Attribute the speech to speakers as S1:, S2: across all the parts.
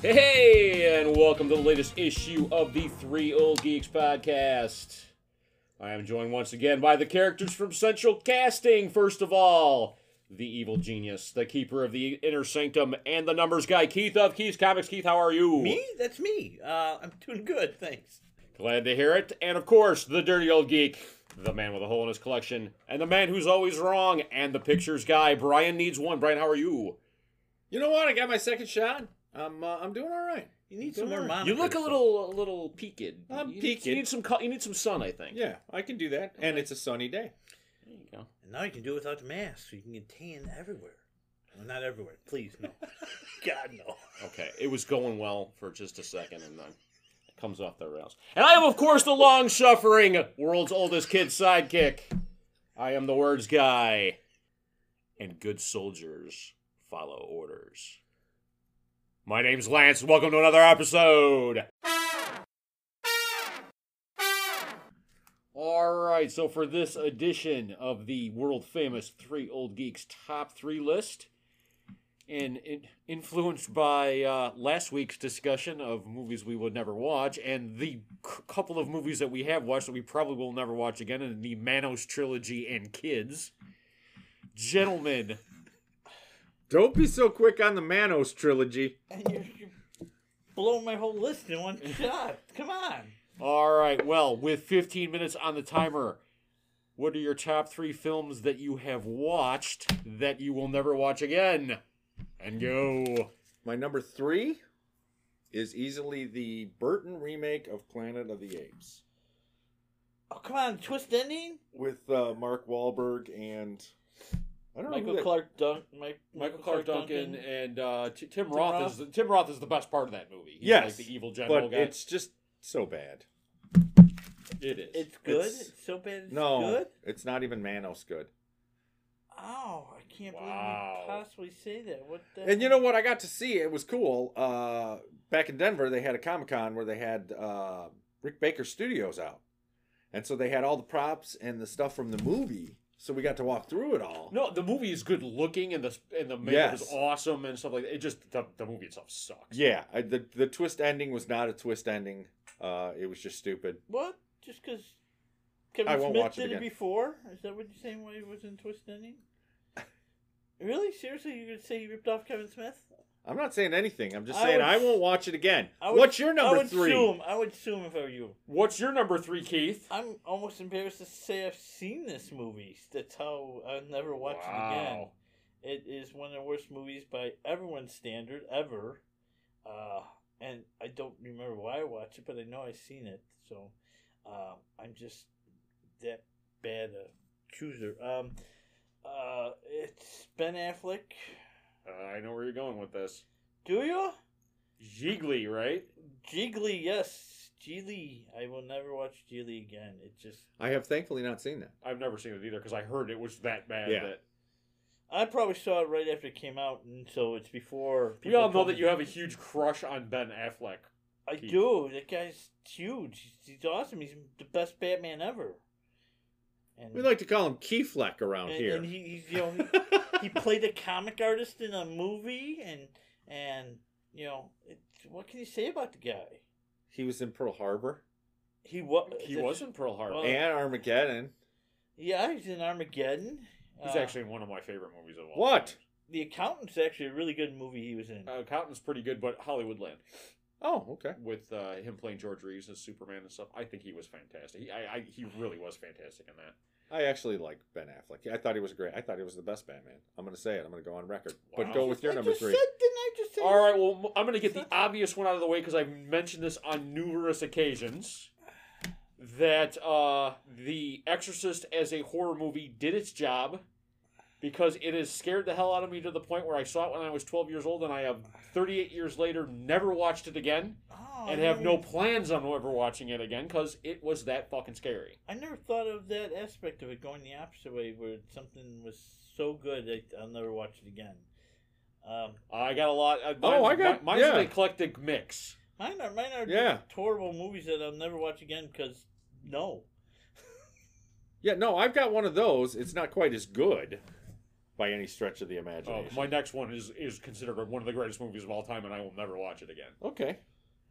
S1: Hey, and welcome to the latest issue of the Three Old Geeks podcast. I am joined once again by the characters from Central Casting. First of all, the evil genius, the keeper of the inner sanctum, and the numbers guy, Keith of Keith's Comics. Keith, how are you?
S2: Me? That's me. Uh, I'm doing good, thanks.
S1: Glad to hear it. And of course, the dirty old geek, the man with a hole in his collection, and the man who's always wrong, and the pictures guy, Brian needs one. Brian, how are you?
S3: You know what? I got my second shot. I'm uh, I'm doing all right.
S2: You need some more
S3: Sure.
S2: mom.
S1: You look a little, a little peaked.
S3: I'm
S1: you,
S3: peaked.
S1: You need some, co- you need some sun, I think.
S3: Yeah, I can do that. And it's a sunny day.
S1: There you go.
S2: And now you can do it without the mask, so you can get tan everywhere. Well, not everywhere. Please, no. God, no.
S1: Okay, it was going well for just a second, and then it comes off the rails. And I am, of course, the long suffering world's oldest kid sidekick. I am the words guy, and good soldiers follow orders. My name's Lance, and welcome to another episode. All right, so for this edition of the world famous Three Old Geeks top three list, and in, influenced by uh, last week's discussion of movies we would never watch and the c- couple of movies that we have watched that we probably will never watch again in the Manos trilogy and Kids. Gentlemen,
S3: Don't be so quick on the Manos trilogy.
S2: And you're, you're blowing my whole list in one shot. Come on.
S1: all right, well, with 15 minutes on the timer, what are your top three films that you have watched that you will never watch again? And go.
S3: My number three is easily the Burton remake of Planet of the Apes
S2: Oh, come on. Twist ending?
S3: with uh, Mark Wahlberg and I don't know.
S2: Michael
S3: who that-
S2: Clark Dunk. Mike,
S1: Michael Clark Duncan and uh, T- Tim, Roth,
S2: Roth.
S1: is the, Tim Roth is the best part of that movie. He's
S3: Yes,
S1: like the evil general
S3: But
S1: guy.
S3: it's just so bad.
S1: It is.
S2: It's good. It's,
S3: It's-
S2: so bad. It's
S3: no,
S2: good.
S3: it's not even Manos good.
S2: Oh, I can't
S1: Wow.
S2: believe you possibly say that. What the
S3: And you know what? I got to see it was cool. Uh, back in Denver, they had a Comic Con where they had uh, Rick Baker Studios out, and so they had all the props and the stuff from the movie. So we got to walk through it all.
S1: no, the movie is good looking and the and the makeup is
S3: Yes.
S1: awesome and stuff like that. It just the, the movie itself sucks.
S3: Yeah, I, the the twist ending was not a twist ending. Uh, it was just stupid.
S2: What? Just because Kevin
S3: I won't
S2: Smith
S3: watch it
S2: did it
S3: again.
S2: before? Is that what you're saying? Why he was in Twist Ending? really? Seriously, you're gonna say he ripped off Kevin Smith?
S3: I'm not saying anything. I'm just
S2: I
S3: saying
S2: would-
S3: I won't watch it again.
S2: I would-
S3: What's your number
S2: I would
S3: three?
S2: assume. I would assume if I were you.
S1: What's your number three, Keith?
S2: I'm almost embarrassed to say I've seen this movie. That's how I'll never watch
S1: Wow.
S2: it again. It is one of the worst movies by everyone's standard ever. Uh, and I don't remember why I watched it, but I know I've seen it. So um, I'm just that bad a chooser. Um, uh, it's Ben Affleck.
S1: Uh, I know where you're going with this.
S2: Do you?
S1: Jiggly, right?
S2: Jiggly, yes. Geely. I will never watch Geely again. It just.
S3: I have thankfully not seen that.
S1: I've never seen it either because I heard it was that bad.
S3: Yeah.
S1: That
S2: I probably saw it right after it came out, and so it's before.
S1: we all know
S2: told
S1: that
S2: me-
S1: you have a huge crush on Ben Affleck.
S2: I
S1: Keith.
S2: do. That guy's huge. He's, he's awesome. He's the best Batman ever. And,
S3: We like to call him Keyfleck around
S2: and,
S3: here.
S2: and he, he's you know he, he played a comic artist in a movie, and and you know it, what can you say about the guy?
S3: he was in Pearl Harbor
S2: He was.
S1: He was in Pearl Harbor.
S2: Oh, Well,
S3: and Armageddon.
S2: Yeah, he's in Armageddon.
S1: He's
S2: Uh,
S1: actually in one of my favorite movies of all.
S3: What?
S1: time.
S2: the accountant's actually a really good movie he was in.
S1: Uh, Cotton's pretty good, but Hollywoodland.
S3: Oh, okay.
S1: with uh, him playing George Reeves as Superman and stuff. I think he was fantastic. He, I, I, he really was fantastic in that.
S3: I actually like Ben Affleck. I thought he was great. I thought he was the best Batman. I'm going to say it. I'm going to go on record.
S1: Wow.
S3: But go with your
S2: I
S3: number
S2: just
S3: three.
S2: Said, didn't I just say?
S1: All right, well, m- I'm going to get the obvious one out of the way because I've mentioned this on numerous occasions that uh, The Exorcist as a horror movie did its job because it has scared the hell out of me to the point where I saw it when I was 12 years old and I have 38 years later never watched it again
S2: Oh,
S1: and
S2: I
S1: have no
S2: never-
S1: plans on ever watching it again because it was that fucking scary.
S2: I never thought of that aspect of it going the opposite way, where something was so good that I'll never watch it again. Um,
S1: I got a lot. Uh,
S3: Oh,
S1: mine-
S3: I got-
S1: mine's
S3: yeah.
S1: an eclectic mix.
S2: mine are mine are
S3: Yeah.
S2: just horrible movies that I'll never watch again because no.
S3: Yeah, no, I've got one of those. It's not quite as good, by any stretch of the
S1: Oh,
S3: imagination.
S1: my next one is is considered one of the greatest movies of all time, and I will never watch it again.
S3: okay.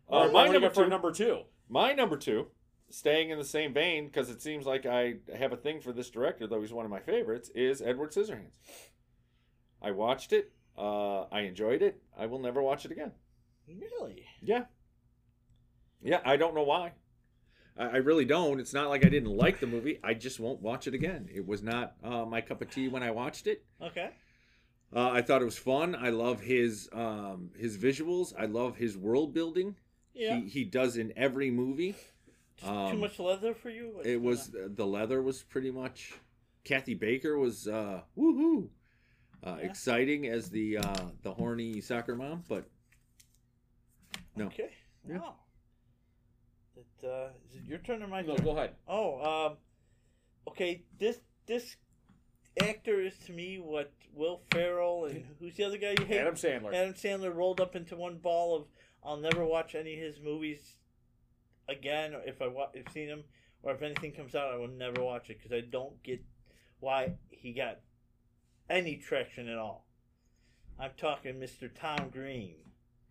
S1: Uh,
S3: Uh,
S1: what
S3: my
S1: do you
S3: number
S1: got for
S3: two.
S1: number two?
S3: my number two, staying in the same vein because it seems like I have a thing for this director, though he's one of my favorites, is Edward Scissorhands. I watched it. Uh, I enjoyed it. I will never watch it again.
S2: Really?
S3: Yeah. Yeah, I don't know why. I, I really don't. It's not like I didn't like the movie. I just won't watch it again. It was not uh, my cup of tea when I watched it.
S2: Okay.
S3: Uh, I thought it was fun. I love his um, his visuals. I love his world building.
S2: Yeah.
S3: He, he does in every movie.
S2: Just too
S3: um,
S2: much leather for you? What's
S3: It
S2: going
S3: was
S2: on?
S3: the leather was pretty much. Kathy Baker was uh, woohoo, uh,
S2: Yeah.
S3: exciting as the uh, the horny soccer mom, but no.
S2: Okay.
S3: Yeah.
S2: Wow. It, uh, is it your turn or my
S1: No,
S2: turn?
S1: go ahead.
S2: Oh, um, okay. This this actor is to me what Will Ferrell and who's the other guy you hate?
S1: Adam Sandler.
S2: Adam Sandler rolled up into one ball of I'll never watch any of his movies again. Or if I wa- if seen him or if anything comes out, I will never watch it because I don't get why he got any traction at all. I'm talking Mr. Tom Green.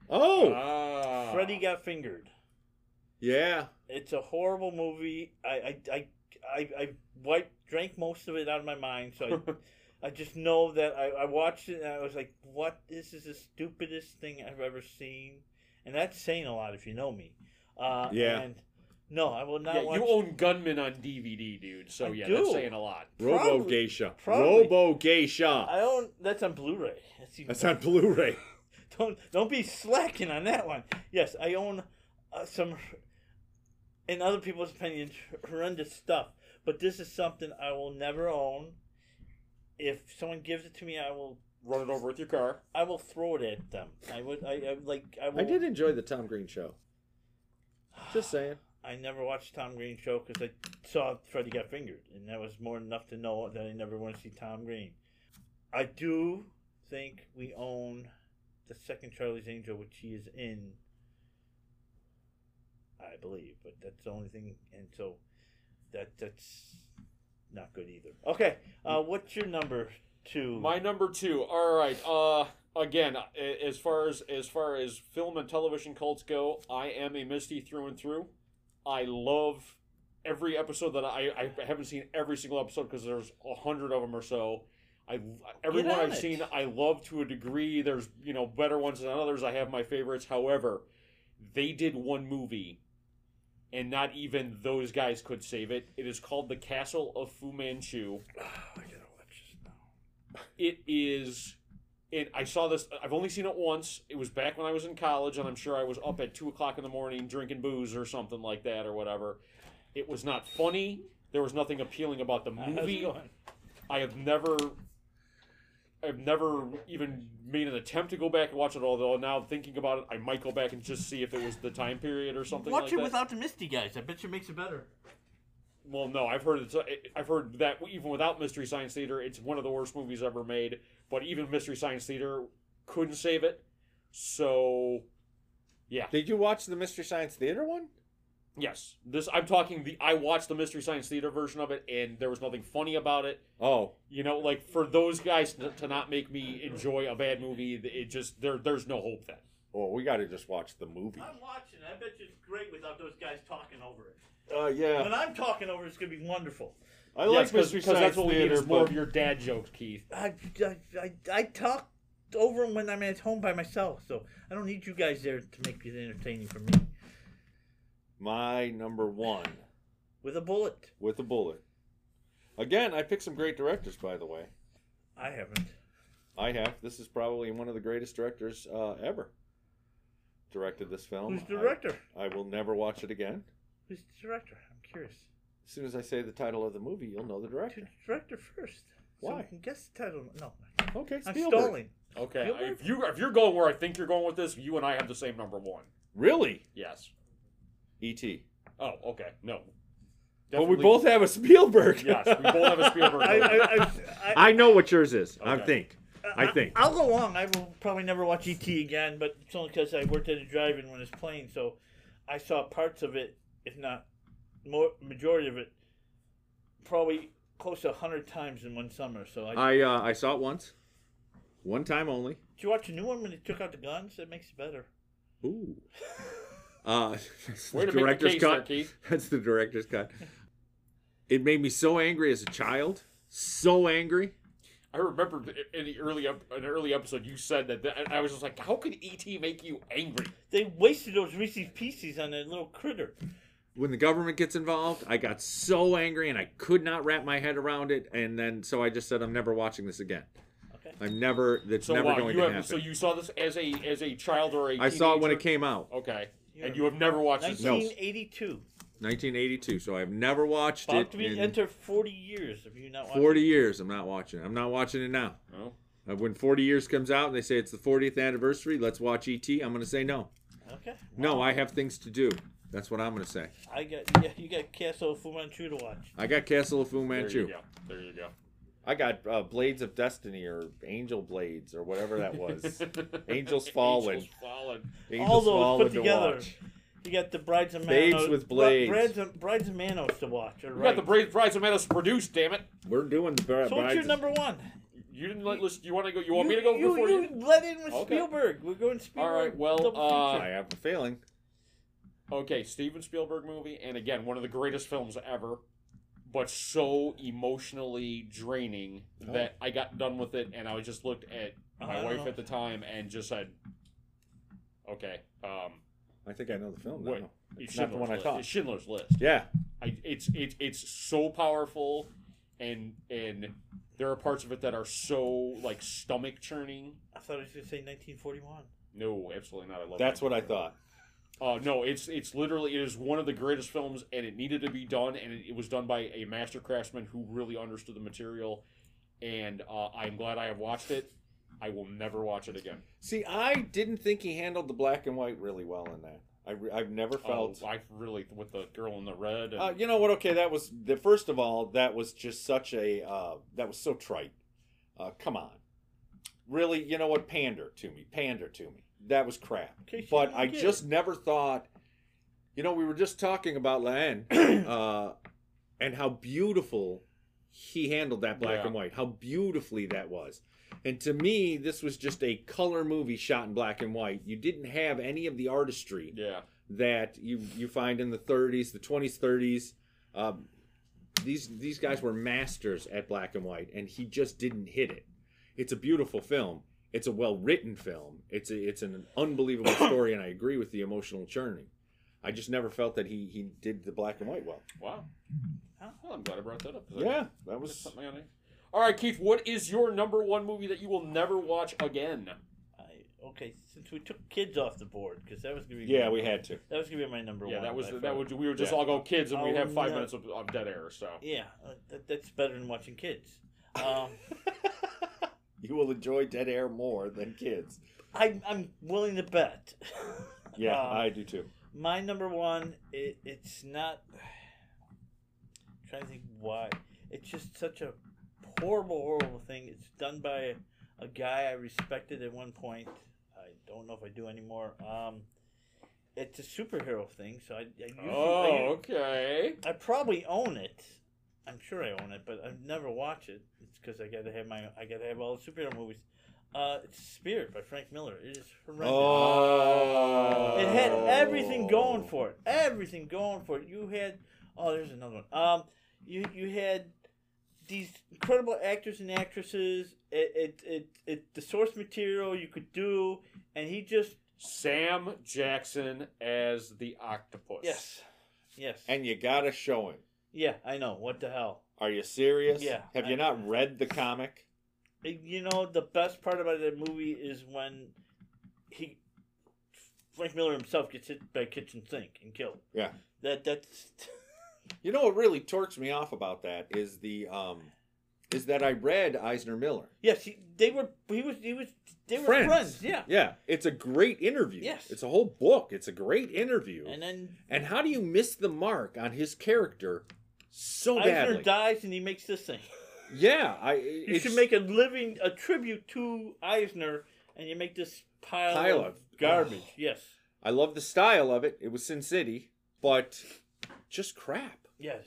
S3: Oh
S1: Ah.
S2: Freddy got fingered.
S3: yeah,
S2: It's a horrible movie. I I I I, I wiped, drank most of it out of my mind, so I, I just know that I, I watched it and I was like, "What? This is the stupidest thing I've ever seen," and that's saying a lot if you know me. Uh,
S3: Yeah.
S2: And no, I will not
S1: Yeah,
S2: watch.
S1: you own Gunman on DVD, dude. So
S2: I
S1: yeah,
S2: do.
S1: that's saying a lot.
S3: Robo
S2: Probably-
S3: Geisha,
S2: probably-
S3: Robo Geisha.
S2: I own. That's on Blu-ray. That's, even
S3: That's
S2: better.
S3: on Blu-ray.
S2: don't don't be slacking on that one. Yes, I own uh, some, in other people's opinions, horrendous stuff. But this is something I will never own. If someone gives it to me, I will
S1: Run it over with your car.
S2: I will throw it at them. I would I, I like I will.
S3: I did enjoy the Tom Green show. Just saying.
S2: I never watched Tom Green show because I saw Freddy got fingered, and that was more than enough to know that I never want to see Tom Green. I do think we own the second Charlie's Angel, which he is in. I believe, but that's the only thing, and so that that's not good either. Okay, uh, what's your number two?
S1: My number two. All right. Uh, again, a- as far as as far as film and television cults go, I am a Misty through and through. I love every episode that I I haven't seen every single episode because there's a hundred of them or so. I every
S2: Get
S1: one
S2: on
S1: I've
S2: it.
S1: seen I love to a degree. There's you know better ones than others. I have my favorites. However, they did one movie. And not even those guys could save it. It is called The Castle of Fu Manchu
S2: Oh, I gotta watch this now.
S1: it is it i saw this i've only seen it once it was back when i was in college and i'm sure i was up at 2 o'clock in the morning drinking booze or something like that or whatever it was not funny there was nothing appealing about the
S2: Uh, how's it
S1: movie
S2: going?
S1: i have never i've never even made an attempt to go back and watch it although now thinking about it i might go back and just see if it was the time period or something
S2: Watch
S1: like
S2: it
S1: that
S2: without the Misty guys. I bet you it makes it better.
S1: well, no, I've heard it's, I've heard that even without Mystery Science Theater, it's one of the worst movies ever made. But even Mystery Science Theater couldn't save it. So, yeah,
S3: Did you watch the Mystery Science Theater one?
S1: yes, this I'm talking the I watched the Mystery Science Theater version of it, and there was nothing funny about it.
S3: Oh,
S1: You know, like for those guys to, to not make me enjoy a bad movie, it just there there's no hope then.
S3: well, we got to just watch the movie.
S2: I'm watching. I bet you it's great without those guys talking over it.
S3: Uh, yeah.
S2: When I'm talking over it, it's gonna be wonderful.
S3: I
S1: yes, because that's what we need is more of your dad jokes, Keith.
S2: I, I, I, I talk over 'em when I'm at home by myself, so I don't need you guys there to make it entertaining for me.
S3: My number one
S2: With a bullet,
S3: with a bullet. Again, I picked some great directors, by the way.
S2: I haven't.
S3: I have. This is probably one of the greatest directors uh, ever. Directed this film.
S2: Who's the director?
S3: I, I will never watch it again.
S2: Who's the director? I'm curious.
S3: As soon as I say the title of the movie, you'll know the
S2: To the
S3: director.
S2: director first. So
S3: Why?
S2: I can guess the title. No,
S3: Okay,
S2: I'm
S3: Spielberg.
S2: stalling.
S1: Okay,
S2: Spielberg?
S1: if you if you're going where I think you're going with this, you and I have the same number one.
S3: Really? E
S1: Yes.
S3: E.T.
S1: Oh, okay. No.
S3: But we
S1: Definitely-
S3: both have a Spielberg.
S1: Yes, we both have a Spielberg.
S2: I, I, I, I,
S3: I know what yours is.
S1: Okay.
S3: I think. I think.
S2: I'll go along. I will probably never watch ET again, but it's only because I worked at a drive-in when it's playing, so I saw parts of it, if not more majority of it, probably close to hundred times in one summer. So I,
S3: I uh, I saw it once, one time only.
S2: did you watch the new one when they took out the guns? That makes it better.
S3: Ooh. Uh, that's
S1: Way
S3: the
S1: to make the
S3: director's
S1: case there,
S3: cut.
S1: Keith.
S3: That's the director's cut. It made me so angry as a child. So angry.
S1: I remember in the early ep- an early episode you said that, that and I was just like, how could ET make you angry?
S2: They wasted those Reese's Pieces on that little critter.
S3: When the government gets involved, I got so angry and I could not wrap my head around it. And then, so I just said, I'm never watching this again.
S2: Okay.
S3: I'm never, that's
S1: So
S3: never
S1: wow,
S3: going
S1: you
S3: to
S1: have,
S3: happen.
S1: so you saw this as a as a child or a
S3: I saw it when it
S1: teenager?
S3: came out,
S1: Okay,
S2: Yeah.
S1: and you have never watched this.
S3: No.
S2: 1982.
S3: 1982. So I've never watched
S2: About
S3: it
S2: to be
S3: in
S2: enter 40 years. If you not watching. Oh.
S3: 40 years. I'm not watching it. I'm not watching it now.
S1: No?
S3: Uh, When 40 years comes out and they say it's the 40th anniversary, let's watch ET. I'm going to say no.
S2: Okay.
S3: No, I have things to do. That's what I'm going to say.
S2: I got yeah, you got Castle of Fu Manchu to watch.
S3: I got Castle of Fu
S1: There you
S3: Manchu.
S1: go. There you go.
S3: I got uh, Blades of Destiny or Angel Blades or whatever that was. Angels
S1: Angels
S3: Fallen.
S1: fallen.
S3: Angels
S2: All those put
S3: Fallen to
S2: together.
S3: watch.
S2: You got the Brides of Manos.
S3: Babes with blades.
S2: Brides of, Brides of Manos to watch. All
S1: We
S2: right.
S1: got the Brave Brides of Manos produced. Damn it!
S3: We're doing the Bra-
S2: so what's your
S3: Brides-
S2: number one?
S1: You didn't let. Listen, you want to go? You want me to go
S2: you,
S1: before
S2: you?
S1: you?
S2: let in with
S1: Okay.
S2: Spielberg. We're going Spielberg.
S1: All right, well,
S2: double
S1: uh,
S3: I have a failing.
S1: Okay, Steven Spielberg movie, and again, one of the greatest films ever, but so emotionally draining
S3: Oh.
S1: that I got done with it, and I was just looked at my
S2: I
S1: wife
S2: know.
S1: at the time and just said, "Okay, um,
S3: I think I know the film.
S1: Wait.
S3: Now.
S1: it's
S3: not the one I
S1: List.
S3: thought.
S1: It's Schindler's List.
S3: Yeah.
S1: I, it's it, it's so powerful, and and there are parts of it that are so like stomach churning.
S2: I thought I was going to say 1941.
S1: No, absolutely not. I love
S3: That's
S1: that.
S3: what I thought.
S1: Uh, no, it's it's literally it is one of the greatest films, and it needed to be done, and it, it was done by a master craftsman who really understood the material, and uh, I'm glad I have watched it. I will never watch it again.
S3: See, I didn't think he handled the black and white really well in that. I re- I've never felt.
S1: Oh, I really with the girl in the red. And,
S3: Uh, you know what? Okay, that was the first of all. That was just such a uh, that was so trite. Uh, come on, really? You know what? Pander to me, pander to me. That was crap.
S2: Okay, so
S3: But
S2: you
S3: I
S2: get it.
S3: just never thought. You know, we were just talking about Len uh, and how beautiful he handled that black
S1: Yeah.
S3: and white. How beautifully that was. And to me, this was just a color movie shot in black and white. You didn't have any of the artistry
S1: yeah,
S3: that you you find in the 30s, the 20s, 30s. Um, these these guys were masters at black and white, and he just didn't hit it. It's a beautiful film. It's a well written film. It's a, it's an unbelievable story, and I agree with the emotional churning. I just never felt that he he did the black and white well.
S1: wow. Well, I'm glad I brought that up. 'cause I-
S3: Yeah, that
S1: there's
S3: was.
S1: something on it. All right, Keith. What is your number one movie that you will never watch again?
S2: I, okay, since we took kids off the board, because that was going to be.
S3: Yeah, we had to.
S2: That was going to be my number
S1: Yeah,
S2: one.
S1: that was
S2: by
S1: that
S2: far.
S1: would we would just
S3: Yeah.
S1: all go kids, and we
S2: Oh,
S1: have five
S2: no.
S1: minutes of, of dead air. So
S2: Yeah, uh, that, that's better than watching kids. Um,
S3: You will enjoy Dead Air more than kids.
S2: I, I'm willing to bet.
S3: Yeah,
S2: Um,
S3: I do too.
S2: My number one, it, it's not. I'm trying to think why. It's just such a horrible, horrible thing. It's done by a, guy I respected at one point. I don't know if I do anymore. Um, it's a superhero thing, so I, I usually I,
S1: oh, okay.
S2: I probably own it. I'm sure I own it, but I never watch it. It's because I gotta have my I gotta have all the superhero movies. Uh, it's Spirit by Frank Miller. It is horrendous.
S3: Oh,
S2: It had everything going for it. Everything going for it. You had oh, there's another one. Um, you you had these incredible actors and actresses. It it it, it the source material you could do, and he just
S1: Sam Jackson as the octopus.
S2: yes, yes,
S3: And you gotta show him.
S2: yeah. I know what the hell.
S3: Are you serious?
S2: Yeah.
S3: Have you not read the comic?
S2: You know, the best part about that movie is when he Frank Miller himself gets hit by a kitchen sink and killed.
S3: Yeah.
S2: That that's
S3: You know what really torques me off about that is the um is that I read Eisner Miller.
S2: yes, he, they were he was he was they were friends,
S3: Friends.
S2: yeah.
S3: Yeah, it's a great interview.
S2: Yes.
S3: It's a whole book. It's a great interview.
S2: And
S3: And,
S2: then
S3: how do you miss the mark on his character so
S2: Eisner
S3: badly?
S2: dies and he makes this thing.
S3: yeah, I
S2: You
S3: it's
S2: should make a living a tribute to Eisner and you make this pile,
S3: Pile
S2: of,
S3: of-
S2: garbage.
S3: oh.
S2: Yes.
S3: I love the style of it. It was Sin City, but just crap.
S2: Yes.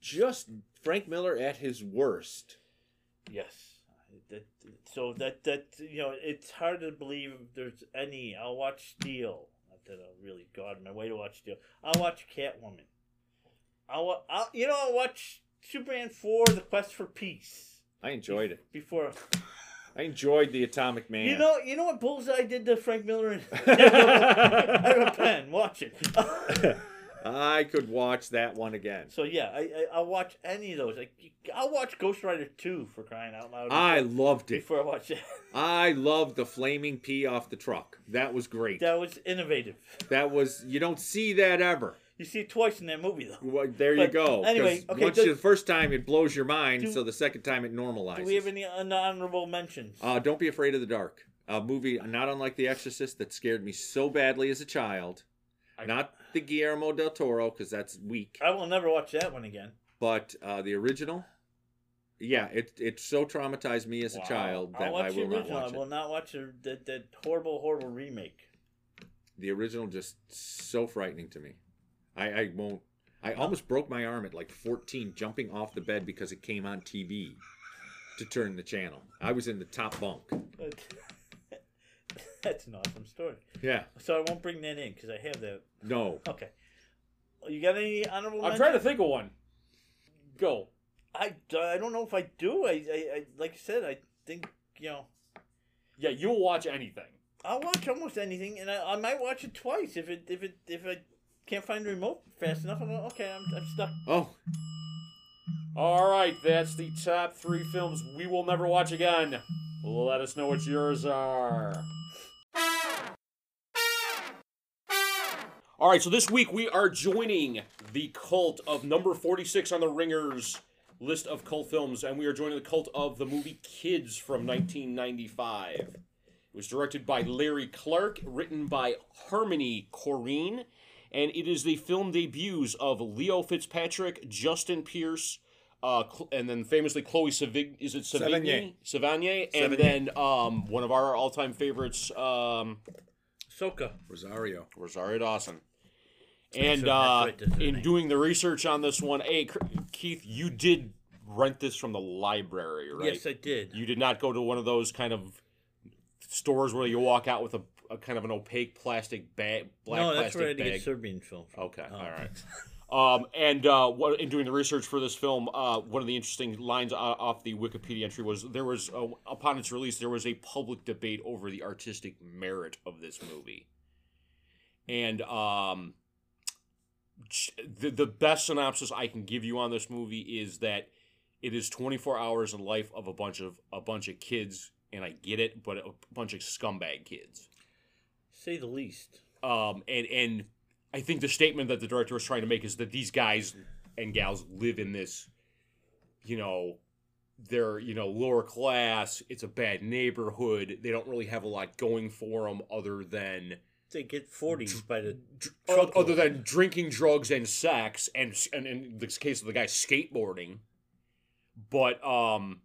S3: just Frank Miller at his worst.
S2: Yes. That, so that that you know, it's hard to believe there's any. I'll watch Steel. Not that I'll really go out of my way to watch Steel. I'll watch Catwoman. I'll, wa- I'll you know I'll watch Superman four: The Quest for Peace.
S3: I enjoyed it.
S2: Before
S3: I enjoyed the Atomic Man.
S2: you know you know what Bullseye did to Frank Miller. And, I have a pen. Watch it.
S3: I could watch that one again.
S2: so yeah, I, I I'll watch any of those. Like I'll watch Ghost Rider two for crying out loud.
S3: I loved it.
S2: before I watch it.
S3: I loved the flaming pee off the truck. That was great.
S2: That was innovative.
S3: That was you don't see that ever.
S2: You see it twice in that movie though.
S3: Well, there you
S2: But
S3: go. 'Cause
S2: anyway, okay,
S3: once
S2: do-
S3: you, the first time it blows your mind,
S2: Do-
S3: so the second time it normalizes.
S2: Do we have any un- honorable mentions?
S3: Uh, Don't Be Afraid of the Dark. A movie not unlike The Exorcist that scared me so badly as a child.
S1: I-
S3: not the Guillermo del Toro, because that's weak,
S2: I will never watch that one again.
S3: but uh, the original. Yeah, it, it so traumatized me as
S1: Wow.
S3: a child that
S2: I'll watch
S3: I
S2: the
S3: will not
S2: original.
S3: watch
S2: I
S3: it.
S2: will not watch the, that that horrible, horrible remake.
S3: The original just so frightening to me. I, I won't. I almost broke my arm at like 14 jumping off the bed because it came on TV to turn the channel. I was in the top bunk.
S2: But- That's an awesome story.
S3: Yeah.
S2: So I won't bring that in because I have that.
S3: No.
S2: Okay. You got any honorable?
S1: I'm
S2: mentions?
S1: trying to think of one. Go.
S2: I, I don't know if I do. I, I, I like I said. I think you know.
S1: Yeah, you'll watch anything.
S2: I'll watch almost anything, and I, I might watch it twice if it if it if I can't find the remote fast enough. I'm like, okay. I'm, I'm stuck.
S3: Oh,
S1: All right, that's the top three films we will never watch again. Let us know what yours are. All right, so this week we are joining the cult of number 46 on the Ringers list of cult films, and we are joining the cult of the movie Kids from 1995. It was directed by Larry Clark, written by Harmony Corrine, and it is the film debuts of Leo Fitzpatrick, Justin Pierce, uh, Cl- and then famously Chloe Savig- is it Savigny? Savigny, and
S3: Savigny.
S1: then um, one of our all-time favorites, um,
S2: Soka.
S3: Rosario.
S1: Rosario Dawson. And
S2: That's
S1: uh,
S2: right, that's her
S1: in
S2: name.
S1: doing the research on this one, hey Cr- Keith, you did rent this from the library, right?
S2: Yes, I did.
S1: You did not go to one of those kind of stores where you walk out with a, a kind of an opaque plastic bag, black
S2: no, that's
S1: plastic
S2: where I had to
S1: bag.
S2: get Serbian film. From.
S1: Okay,
S2: Oh.
S1: all right. Um, and uh, what, in doing the research for this film, uh, one of the interesting lines o- off the Wikipedia entry was there was, uh, upon its release, there was a public debate over the artistic merit of this movie. And um, j- the, the best synopsis I can give you on this movie is that it is 24 hours in life of a bunch of a bunch of kids, and I get it, but a bunch of scumbag kids
S2: Say the least.
S1: um, and and I think the statement that the director was trying to make is that these guys and gals live in this, you know, they're you know lower class. It's a bad neighborhood. They don't really have a lot going for them other than
S2: They get forties by the
S1: dr-
S2: Truckload.
S1: other than drinking, drugs, and sex, and, s- and in this case of the guy skateboarding. But um,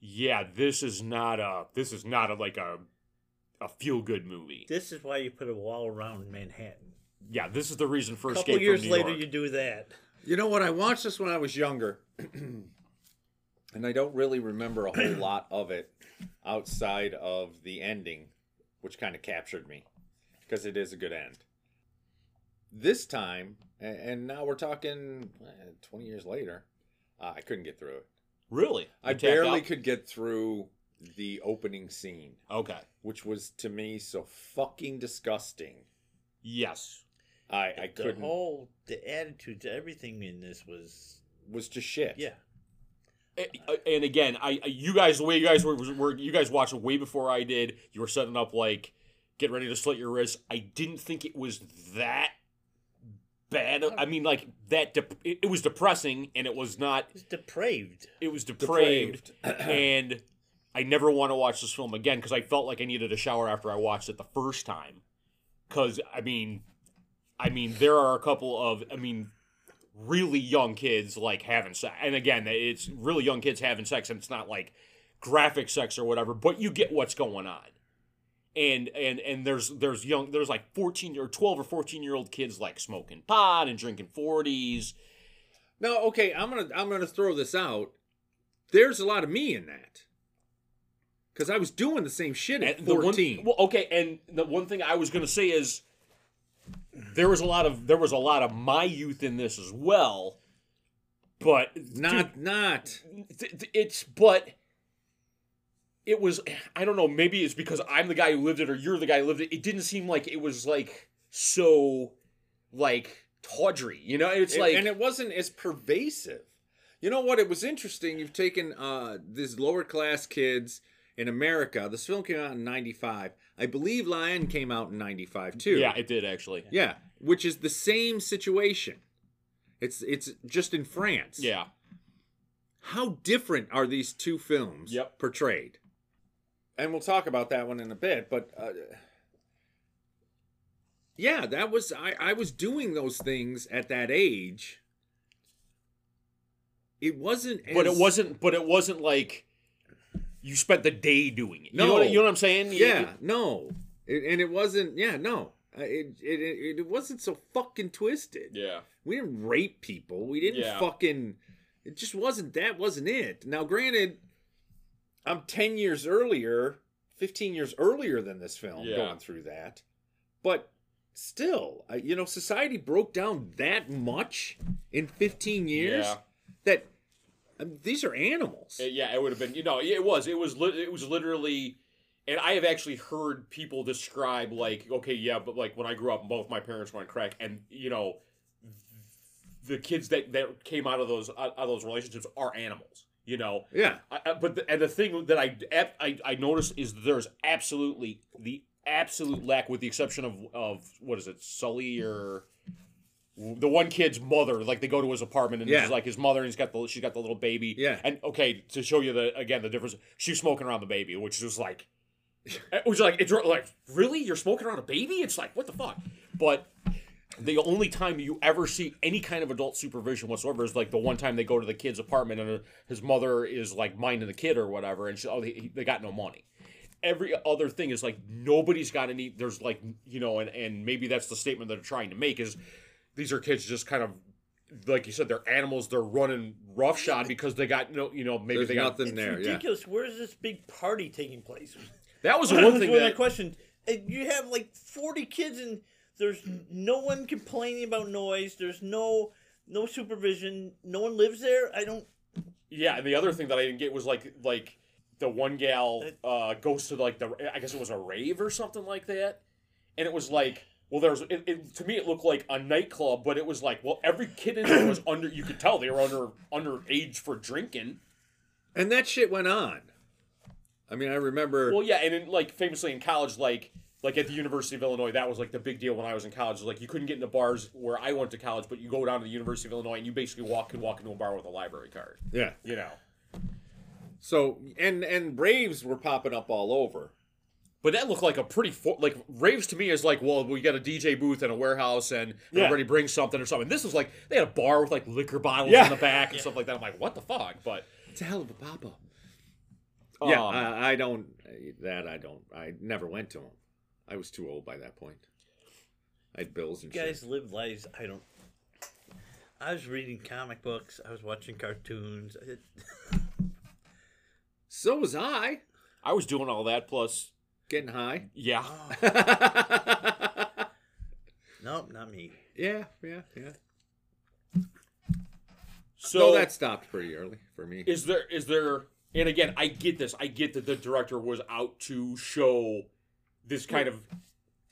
S1: yeah, this is not a this is not a like a a feel good movie.
S2: This is why you put a wall around Manhattan.
S1: Yeah, this is the reason for
S2: A
S1: Escape
S2: couple
S1: from
S2: years
S1: New
S2: later,
S1: York.
S2: you do that.
S3: You know what? I watched this when I was younger, and I don't really remember a whole lot of it outside of the ending, which kind of captured me because it is a good end. This time, a- and now we're talking eh, 20 years later, uh, I couldn't get through it.
S1: Really? You
S3: I
S1: tapped
S3: barely
S1: out?
S3: could get through the opening scene,
S1: Okay.
S3: which was to me so fucking disgusting.
S1: Yes.
S3: I, I
S2: the
S3: couldn't.
S2: whole the attitudes, everything in this was
S3: was just shit.
S2: yeah.
S1: A- a- And again, I I- you guys the way you guys were, were you guys watched it way before I did. You were setting up like get ready to slit your wrists. I didn't think it was that bad. I mean, like that. De- it, it was depressing, and it was not.
S2: It was depraved.
S1: It was depraved, and I never want to watch this film again because I felt like I needed a shower after I watched it the first time. Because I mean, I mean, there are a couple of I mean, really young kids like having sex, and again, it's really young kids having sex, and it's not like graphic sex or whatever, but you get what's going on. And and and there's there's young there's like fourteen or twelve or fourteen year old kids like smoking pot and drinking forties
S3: Now, okay, I'm gonna I'm gonna throw this out. There's a lot of me in that because I was doing the same shit at
S1: And the one-
S3: 14.
S1: well, okay, and the one thing I was going to say is there was a lot of there was a lot of my youth in this as well, but
S3: not not.
S1: dude, th- th- it's but it was I don't know. Maybe it's because I'm the guy who lived it or you're the guy who lived it. It didn't seem like it was like so like tawdry, you know? It's
S3: It-
S1: like
S3: and it wasn't as pervasive. You know what? It was interesting. You've taken uh, these lower class kids in America. This film came out in '95. I believe Lion came out in '95 too.
S1: yeah, it did actually.
S3: yeah, which is the same situation. It's it's just in France.
S1: Yeah,
S3: How different are these two films
S1: Yep.
S3: portrayed? And we'll talk about that one in a bit, but uh, yeah, that was I, I was doing those things at that age. It wasn't, as,
S1: but it wasn't. But it wasn't like you spent the day doing it. you know
S3: No.
S1: what, you know what I'm saying? You-
S3: Yeah, no, it, and it wasn't. Yeah, no, Uh, it, it it it wasn't so fucking twisted.
S1: yeah.
S3: We didn't rape people. We didn't
S1: Yeah.
S3: fucking. It just wasn't that. Wasn't it? Now, granted, I'm ten years earlier, fifteen years earlier than this film
S1: Yeah.
S3: going through that, but still, I, you know, society broke down that much in fifteen years
S1: Yeah.
S3: that I mean, these are animals.
S1: Uh, yeah, it would have been. You know, it was. It was. Li- it was literally. And I have actually heard people describe like, okay, yeah, but like when I grew up, both my parents were on crack, and you know, the kids that that came out of those out of those relationships are animals. You know,
S3: yeah,
S1: I, I- but the, and the thing that I, ab- I I noticed is there's absolutely the absolute lack, with the exception of of what is it, Sully or the one kid's mother. Like they go to his apartment and
S3: Yeah.
S1: it's like his mother, and he's got the she's got the little baby.
S3: Yeah.
S1: and okay, to show you the again the difference, she's smoking around the baby, which was like, it was like it's like really you're smoking around a baby? It's like what the fuck, but. The only time you ever see any kind of adult supervision whatsoever is like the one time they go to the kid's apartment and her- his mother is like minding the kid or whatever, and she, oh, they, they got no money. Every other thing is like nobody's got any. There's like you know, and and maybe that's the statement they're trying to make is these are kids just kind of like you said they're animals. They're running roughshod because they got no you know maybe
S3: there's
S1: they got
S3: nothing
S2: It's
S3: there. Yeah,
S2: ridiculous. Where is this big party taking place?
S1: that was the
S2: That
S1: one
S2: was
S1: thing
S2: when I
S1: that
S2: questioned. And you have like 40 kids, and there's no one complaining about noise. There's no no supervision. No one lives there. I don't.
S1: Yeah, and the other thing that I didn't get was like like the one gal uh, goes to like the I guess it was a rave or something like that, and it was like well there was it, it, to me it looked like a nightclub, but it was like well every kid in there was under you could tell they were under under age for drinking.
S3: and that shit went on. I mean, I remember.
S1: Well, yeah, and in, like famously in college, like like at the University of Illinois, that was like the big deal when I was in college. Like you couldn't get into bars where I went to college, but you go down to the University of Illinois and you basically walk and walk into a bar with a library card.
S3: yeah.
S1: You know.
S3: So and and Braves were popping up all over.
S1: But that looked like a pretty fo- like raves to me is like well we got a DJ booth and a warehouse and
S3: Yeah.
S1: everybody brings something or something. This was like they had a bar with like liquor bottles
S3: Yeah.
S1: in the back and stuff like that. I'm like what the fuck? But
S3: It's a hell of a pop up. Yeah,
S1: um,
S3: I, I don't. That I don't. I never went to them. I was too old by that point. I had bills and
S2: You guys
S3: shit.
S2: live lives. I don't. I was reading comic books. I was watching cartoons. eh, It,
S3: So was I
S1: I was doing all that plus
S3: getting high.
S1: yeah
S2: nope, not me.
S3: yeah, yeah, yeah.
S1: so
S3: So that stopped pretty early for me.
S1: is there is there and again I get this I get that the director was out to show this kind of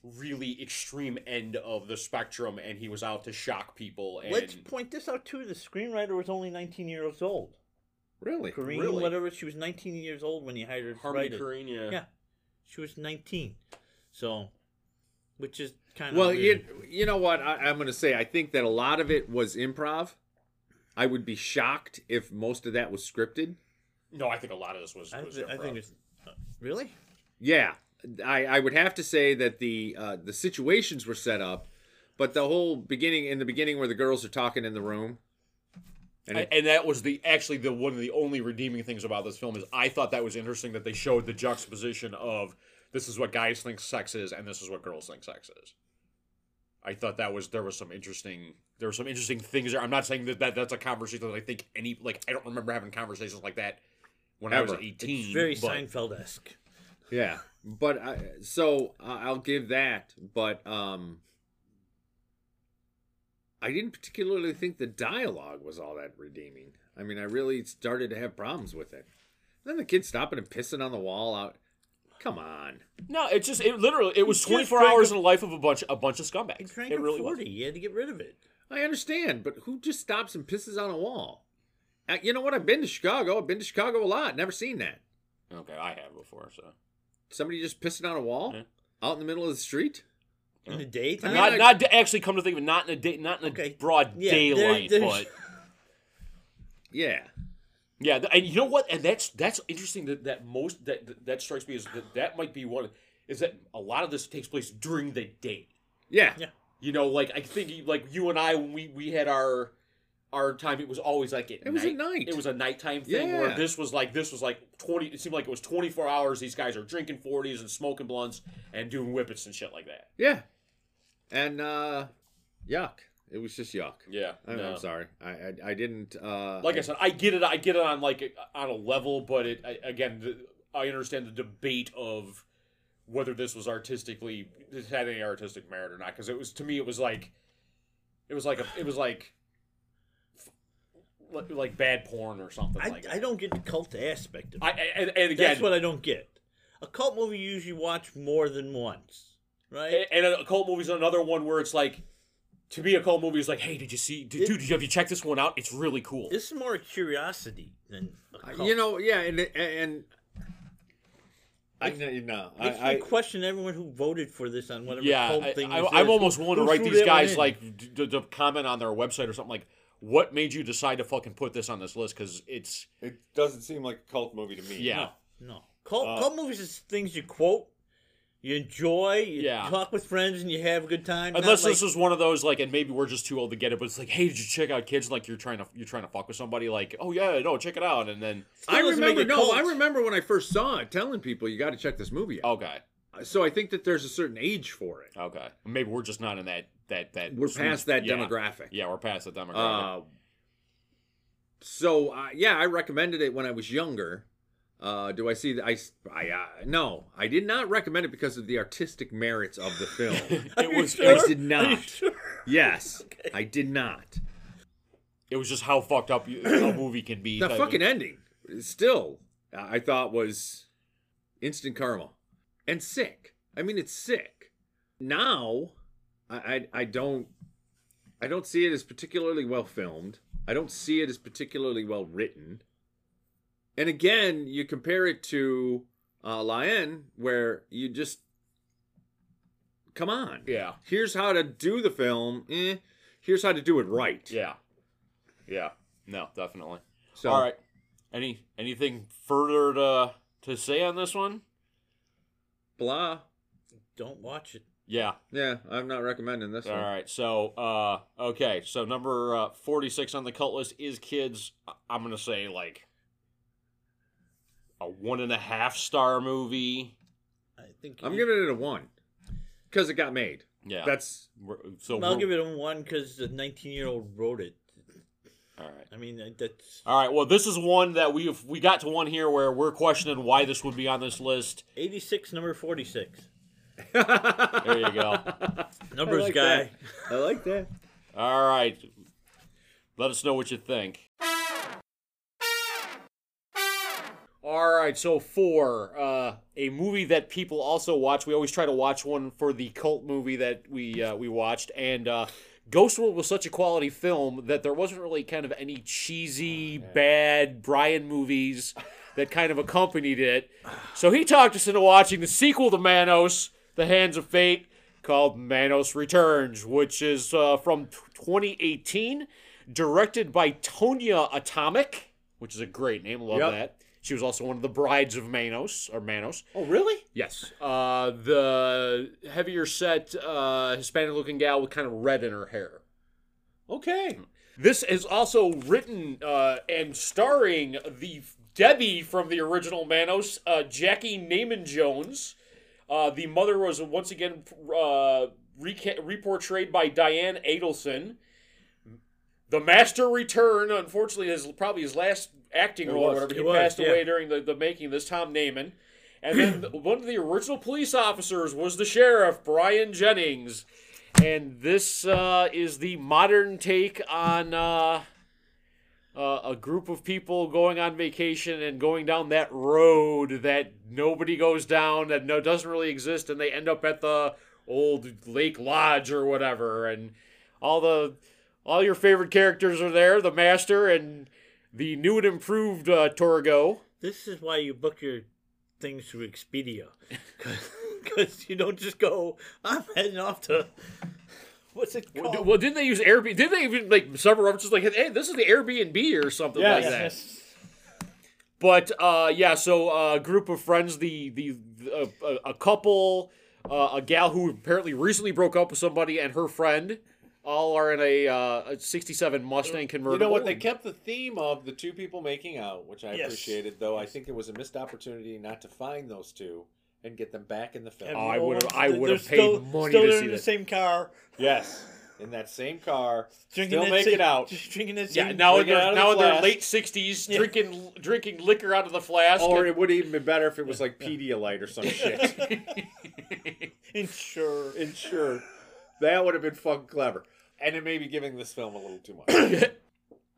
S1: really extreme end of the spectrum and he was out to shock people and
S2: Let's point this out too. The screenwriter was only 19 years old.
S3: really?
S2: Kareem,
S1: Really?
S2: whatever, she was 19 years old when he hired her. to
S1: Harmony
S2: write it.
S1: Korine, yeah.
S2: Yeah. She was 19. So, which is kind of.
S3: Well,
S2: weird.
S3: you, you know what? I, I'm going to say I think that a lot of it was improv. I would be shocked if most of that was scripted.
S1: No, I think a lot of this was.
S2: I,
S1: was
S2: thi- I
S1: improv.
S2: think it's. uh, Really?
S3: Yeah, I, I would have to say that the uh, the situations were set up, but the whole beginning in the beginning where the girls are talking in the room, and
S1: I-
S3: it,
S1: and that was the actually the one of the only redeeming things about this film is I thought that was interesting that they showed the juxtaposition of this is what guys think sex is and this is what girls think sex is. I thought that was there was some interesting there were some interesting things there. I'm not saying that, that that's a conversation that I think any like I don't remember having conversations like that when I was
S4: Ever.
S1: 18.
S2: It's very
S1: but-
S2: Seinfeld esque.
S3: Yeah, but I, so I- I'll give that. But um, I didn't particularly think the dialogue was all that redeeming. I mean, I really started to have problems with it. then the kid stopping and pissing on the wall out. Come on.
S1: No, it's just it literally it was
S2: just
S1: 24
S2: drank
S1: hours
S2: a-
S1: in the life of a bunch a bunch of scumbags.
S2: He drank
S1: it
S2: a
S1: really was.
S2: 40. You had to get rid of it.
S3: I understand, but who just stops and pisses on a wall? Uh, You know what? I've been to Chicago. I've been to Chicago a lot. Never seen that.
S1: Okay, I have before, so
S3: Somebody just pissing on a wall
S1: Yeah.
S3: out in the middle of the street.
S2: In the daytime?
S3: mean,
S1: not
S3: I-
S1: not to actually come to think of it, not in a day, not in a
S2: Okay.
S1: broad
S2: Yeah, there-
S1: daylight,
S2: there's-
S1: but
S3: Yeah.
S1: yeah, th- and you know what? And that's that's interesting that that most that that- that strikes me as that that might be one is that a lot of this takes place during the day.
S3: Yeah.
S2: Yeah.
S1: You know, like I think like you and I when we we had our our time it was always like at
S3: It was
S1: night.
S3: at night.
S1: It was a nighttime thing where
S3: Yeah.
S1: this was like this was like twenty. It seemed like it was twenty four hours. These guys are drinking forties and smoking blunts and doing whippets and shit like that.
S3: Yeah. And uh yuck. It was just yuck.
S1: Yeah,
S3: I'm, I'm sorry. I, I I didn't uh
S1: Like I said, I get it. I get it on like a- on a level, but it I, again, the, I understand the debate of whether this was artistically this had any artistic merit or not. Because it was to me, it was like it was like a, it was like f- like- like bad porn or something
S2: I,
S1: like that.
S2: I don't get the cult aspect of it.
S1: I, I and, and again,
S2: That's what I don't get. A cult movie you usually watch more than once, right?
S1: And- and a cult movie's another one where it's like, to me, a cult movie is like, hey, did you see, dude, did you, have you checked this one out? It's really cool.
S2: this is more curiosity than a
S1: Uh,
S2: cult.
S3: you know, yeah, and and I no, no
S2: Makes
S3: I,
S2: me
S3: I
S2: question everyone who voted for this on whatever
S1: yeah,
S2: cult
S1: I,
S2: thing
S1: I,
S2: this
S1: I'm
S2: is.
S1: almost willing to
S2: Who
S1: write
S2: threw
S1: these
S2: that one
S1: guys
S2: in?
S1: like d- d- to comment on their website or something like, what made you decide to fucking put this on this list? Because it's
S4: It doesn't seem like a cult movie to me.
S1: yeah,
S2: No. Cult,
S4: Uh,
S2: cult movies is things you quote, you enjoy, you
S1: Yeah.
S2: talk with friends, and you have a good time. not
S1: unless
S2: like,
S1: this was one of those like, and maybe we're just too old to get it, but it's like, hey, did you check out kids? Like you're trying to you're trying to fuck with somebody? Like, oh yeah, no, check it out, and then
S2: still
S3: I
S2: doesn't make
S3: remember
S2: it
S3: no,
S2: cult.
S3: I remember when I first saw it telling people you got to check this movie out.
S1: okay,
S3: So I think that there's a certain age for it.
S1: okay, maybe we're just not in that that that
S3: We're
S1: sweet-
S3: past that
S1: yeah.
S3: demographic.
S1: Yeah, we're past that demographic.
S3: Uh, so uh, yeah, I recommended it when I was younger. Uh, do I see that? I, s- I, uh, no, I did not recommend it because of the artistic merits of the film.
S2: Are
S1: it
S2: you
S1: was
S2: sure?
S3: I did
S2: Are you
S3: not.
S2: sure?
S3: yes, I did not.
S1: it was just how fucked up you, a movie can be.
S3: The
S1: type
S3: fucking
S1: of,
S3: ending, still, uh, I thought was instant karma and sick. I mean, it's sick. Now, I, I, I don't, I don't see it as particularly well filmed. I don't see it as particularly well written. And again, you compare it to uh, Lion, where you just come on.
S1: yeah,
S3: Here's how to do the film. Eh. Here's how to do it right.
S1: yeah, yeah. No, definitely.
S3: So,
S1: All right. Any anything further to to say on this one?
S3: blah.
S2: Don't watch it.
S1: Yeah.
S3: Yeah, I'm not recommending this
S1: All
S3: one.
S1: right. So, uh, okay. So number uh, forty six on the cult list is kids. I- I'm gonna say like a one and a half star movie.
S2: I think
S3: I'm
S2: you-
S3: giving it a one because it got made.
S1: Yeah.
S3: That's
S1: We're- so
S2: I'll
S1: we're-
S2: give it a one because the 19 year old wrote it.
S1: all right.
S2: I mean, that- that's
S1: All right. Well, this is one that we have we got to one here where we're questioning why this would be on this list.
S2: 86, number 46.
S1: There you go.
S2: Numbers
S3: like
S2: guy.
S3: that. I like that.
S1: All right. Let us know what you think. All right, so for uh, a movie that people also watch, we always try to watch one for the cult movie that we uh, we watched, and uh, Ghost World was such a quality film that there wasn't really kind of any cheesy, bad Brian movies that kind of accompanied it. So he talked us into watching the sequel to Manos, The Hands of Fate, called Manos Returns, which is uh, from t- 2018, directed by Tonya Atomic, which is a great name. Love
S3: Yep.
S1: that. She was also one of the brides of Manos or Manos.
S4: Oh, really?
S1: Yes. Uh, the heavier set uh, Hispanic-looking gal with kind of red in her hair.
S4: Okay.
S1: This is also written uh, and starring the Debbie from the original Manos, uh, Jackie Naaman Jones. Uh, the mother was once again uh, reca- reportrayed by Diane Adelson. The Master Return, unfortunately, is probably his last acting
S5: It
S1: role, or
S5: was.
S1: whatever. He
S6: It was,
S1: passed
S6: yeah.
S1: away during the, the making. This Tom Naiman, and then one of the original police officers was the sheriff Brian Jennings, and this uh, is the modern take on uh, uh, a group of people going on vacation and going down that road that nobody goes down that no doesn't really exist and they end up at the old lake lodge or whatever and all the all your favorite characters are there the master and the new and improved uh, torgo
S6: This is why you book your things through Expedia. Because you don't just go, I'm heading off to. What's it
S1: well,
S6: called?
S3: Oh.
S1: d- well didn't they use airbnb didn't they even make several references like hey this is the airbnb or something
S3: Yes.
S1: like that But uh, yeah, so uh, a group of friends, the the uh, a, a couple, uh, a gal who apparently recently broke up with somebody, and her friend, all are in a, uh, a '67 Mustang
S3: You
S1: convertible.
S3: know what? They kept the theme of the two people making out, which I
S2: Yes.
S3: appreciated, though I think it was a missed opportunity not to find those two and get them back in the film.
S2: And
S1: Oh, I would've-
S2: Roland's-
S1: I
S2: they're-
S1: would've
S2: they're
S1: paid
S2: still,
S1: money
S2: still
S1: to
S2: they're
S1: see
S2: in the
S1: that.
S2: same car,
S3: yes. In that same car.
S2: drinking
S3: still
S2: that
S3: make
S2: same,
S3: it out.
S2: drinking that same.
S1: yeah, now in
S3: Bring it out
S1: their
S3: of
S1: now
S3: the
S1: in their
S3: flask.
S1: late '60s,
S2: Yeah.
S1: drinking drinking liquor out of the flask.
S3: Or it would even be better if it was like Pedialyte or some shit.
S2: Insure.
S3: Insured. That would have been fucking clever. And it may be giving this film a little too much.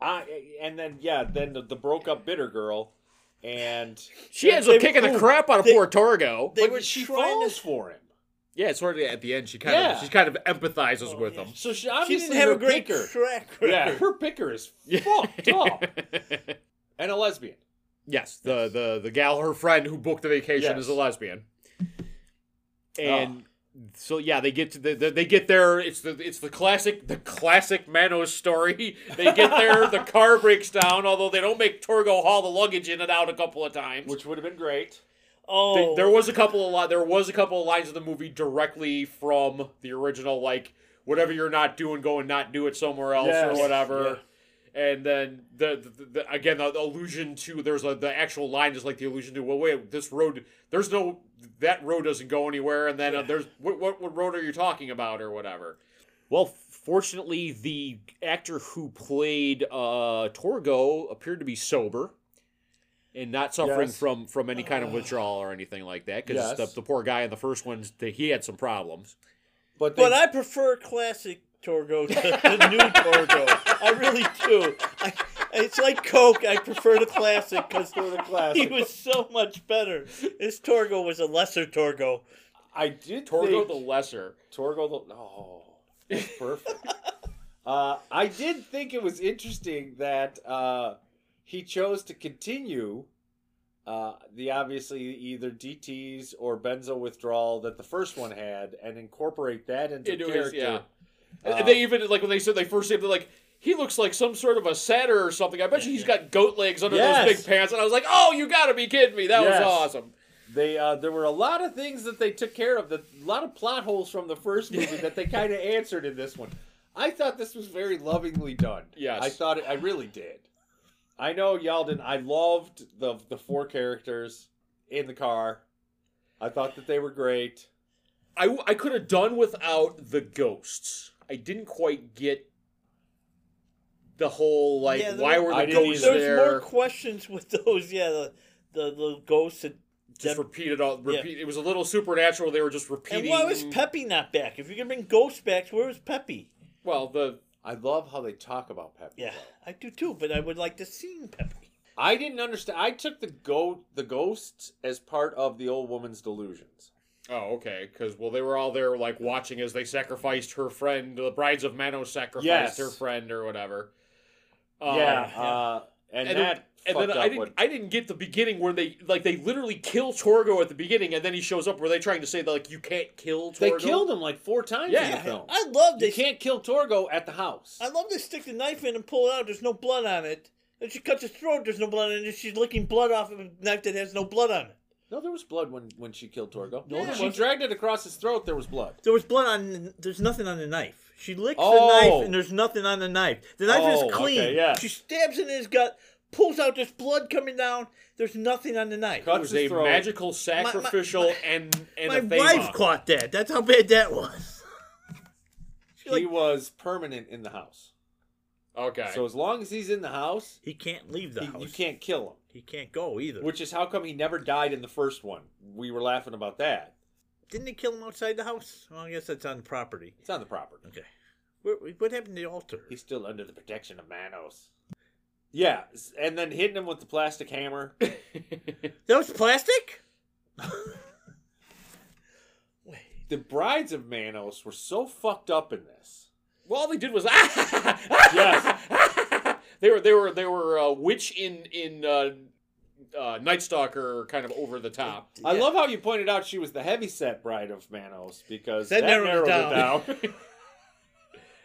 S3: I, and then, yeah, then the, the broke up bitter girl. And
S1: she ends
S2: They
S1: up
S2: were
S1: kicking the
S2: cool.
S1: crap out of
S2: They-
S1: poor Torgo.
S2: They were
S3: but she
S2: trolls.
S3: falls for him.
S1: yeah, it's sort of at the end. She kind
S3: Yeah. Oh,
S1: of she kind of empathizes with
S2: yeah.
S1: him.
S3: So she
S2: She
S3: obviously
S2: didn't have
S3: her
S2: a great
S3: picker.
S2: track record.
S3: Yeah, her picker is fucked up. And a lesbian.
S1: Yes, the the the gal, her friend who booked the vacation, is a
S3: Yes.
S1: lesbian. And so yeah, they get to the, the, they get there. It's the it's the classic the classic Manos story. They get there, the car breaks down. Although they don't make Torgo haul the luggage in and out a couple of times.
S3: Which would have been great.
S2: Oh,
S1: Th- there was a couple of li- there was a couple of lines in the movie directly from the original, like whatever you're not doing, go and not do it somewhere else
S3: Yes,
S1: or whatever. And then the, the, the, again the, the allusion to there's a the actual line is like the allusion to well wait this road there's no that road doesn't go anywhere and then uh, there's what, what what road are you talking about or whatever. Well, fortunately, the actor who played uh, Torgo appeared to be sober and not suffering
S3: Yes. Uh,
S1: from from any kind of withdrawal or anything like that. Because
S3: Yes.
S1: the, the poor guy in the first one, he had some problems.
S3: But, they,
S2: But I prefer classic Torgo to the new Torgo. I really do. I, it's like Coke. I prefer the classic because
S3: the classic.
S2: he was so much better. This Torgo was a lesser Torgo.
S3: I did
S1: Torgo
S3: think
S1: the lesser.
S3: Torgo the no, that's perfect. uh, I did think it was interesting that uh, he chose to continue uh, the obviously either DTS or benzo withdrawal that the first one had, and incorporate that into
S1: Into his-
S3: character.
S1: yeah.
S3: Uh,
S1: and they even like when they said they first him, they're like. He looks like some sort of a satyr or something. I bet you he's got goat legs under those
S3: Yes.
S1: big pants. And I was like, "Oh, you gotta be kidding me! That
S3: Yes.
S1: was awesome."
S3: They uh, there were a lot of things that they took care of, that a lot of plot holes from the first movie that they kind of answered in this one. I thought this was very lovingly done.
S1: Yes.
S3: I thought it. I really did. I know y'all didn't. I loved the the four characters in the car. I thought that they were great.
S1: I, w- I could have done without the ghosts. I didn't quite get the whole like
S2: Yeah, there
S1: why
S2: were-
S1: were
S3: I
S1: the
S3: didn't
S1: ghosts
S3: either.
S2: There's
S1: there?
S2: more questions with those. Yeah, the the, the ghosts. And,
S1: just
S2: Dem-
S1: repeated all.
S2: Yeah.
S1: Repeat. It was a little supernatural. They were just repeating.
S2: and why was Peppy not back? If you're gonna bring ghosts back, where was Peppy?
S1: Well, the
S3: I love how they talk about Peppy.
S2: Yeah,
S3: though.
S2: I do too. But I would like to see Peppy.
S3: I didn't understand. I took the go the ghosts as part of the old woman's delusions.
S1: oh okay because well they were all there like watching as they sacrificed her friend. The brides of Manos sacrificed
S3: Yes.
S1: her friend or whatever. Um,
S3: yeah,
S2: yeah.
S3: uh, and,
S1: And,
S3: that
S1: and
S3: fucked
S1: then
S3: up
S1: I didn't.
S3: what-
S1: I didn't get the beginning where they like they literally kill Torgo at the beginning, and then he shows up. Were they trying to say that like you can't kill Torgo?
S3: They killed him like four times in
S1: Yeah,
S3: the film.
S2: I love
S3: You
S2: this.
S3: can't kill Torgo at the house.
S2: I love to stick the knife in and pull it out. There's no blood on it. Then she cuts his throat. There's no blood on it. She's licking blood off of a knife that has no blood on it.
S3: No, there was blood when, when she killed Torgo.
S2: No,
S3: No,
S2: there
S3: she
S2: wasn't.
S3: dragged it across his throat. There was blood.
S6: There was blood on. There's nothing on the knife. She licks the
S3: Oh.
S6: knife, and there's nothing on the knife. The knife
S3: Oh,
S6: is
S3: okay,
S6: clean.
S3: yeah.
S6: She-
S2: She stabs it in his gut, pulls out this blood coming down. There's nothing on the knife.
S1: It
S3: Cut
S1: was
S3: his
S1: a
S3: throat.
S1: magical sacrificial and and
S6: my
S1: a
S6: wife
S1: thema.
S6: caught that. That's how bad that was. feel like
S3: he was permanent in the house.
S5: Okay.
S3: So as long as he's in the house,
S6: he can't leave the
S3: he-
S6: house.
S3: you can't kill him.
S6: He can't go either.
S3: Which is how come he never died in the first one. We were laughing about that.
S6: Didn't they kill him outside the house? Well, I guess that's on property.
S3: It's on the property.
S6: Okay. What, what happened to the altar?
S3: He's still under the protection of Manos. Yeah, s- and then hitting him with the plastic hammer.
S6: That was plastic? Wait.
S3: the brides of Manos were so fucked up in this.
S1: Well, all they did was yes. they were they were they were uh, witch in in uh, uh, Night Stalker, kind of over the top.
S3: I
S6: Yeah.
S3: love how you pointed out she was the heavyset bride of Manos because
S6: That
S3: that,
S6: narrowed it
S3: narrowed
S6: down.
S3: it down.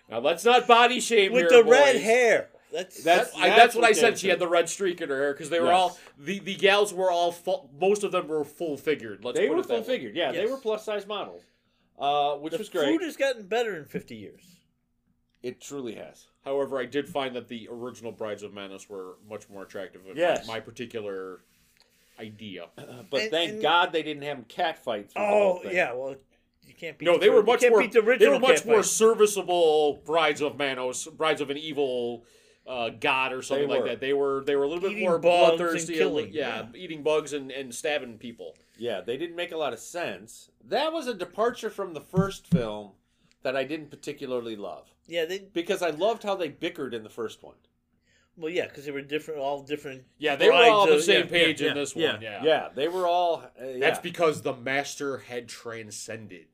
S1: Now let's not body shame
S6: With
S1: here,
S6: the red
S1: boys.
S6: hair. That's,
S1: That's,
S3: That's-
S1: I, that's,
S3: that's
S1: what,
S3: what
S1: I
S3: they
S1: said. She
S3: did.
S1: had the red streak in her hair because they were
S3: Yes.
S1: all the, the gals were all full, most of them were full figured. Let's
S3: they
S1: put
S3: were
S1: it that
S3: full
S1: way.
S3: figured. Yeah, they
S6: Yes.
S3: were plus size models, uh, which
S6: the
S3: was great.
S6: food has gotten better in 50 years.
S3: It truly has.
S1: However, I did find that the original Brides of Manos were much more attractive in
S3: Yes.
S1: my particular idea.
S3: But
S6: Uh, And-
S3: thank
S6: and-
S3: God they didn't have him catfight. through the whole
S6: Oh,
S3: thing.
S6: yeah. Well, you can't beat
S1: No,
S6: the
S1: they were
S6: fir-
S1: much
S6: you can't
S1: more
S6: Beat the
S1: they
S6: original
S1: were much more
S6: catfight.
S1: serviceable Brides of Manos, Brides of an evil uh, god or something
S3: They
S1: like
S3: were.
S1: that. They were they were a little bit
S6: Eating
S1: more
S6: bugs and
S1: bloodthirsty.
S6: killing,
S1: yeah, eating bugs and, and stabbing people.
S3: Yeah, they didn't make a lot of sense. That was a departure from the first film that I didn't particularly love
S6: Yeah, they.
S3: because I loved how they bickered in the first one.
S6: Well, yeah, because they were different, all different.
S1: Yeah, they were all on
S6: brides
S1: the
S6: of-
S1: same
S6: yeah,
S1: page
S6: yeah,
S1: in this
S6: yeah.
S1: one. Yeah.
S3: Yeah, they were all. Uh, yeah.
S1: that's because the master had transcended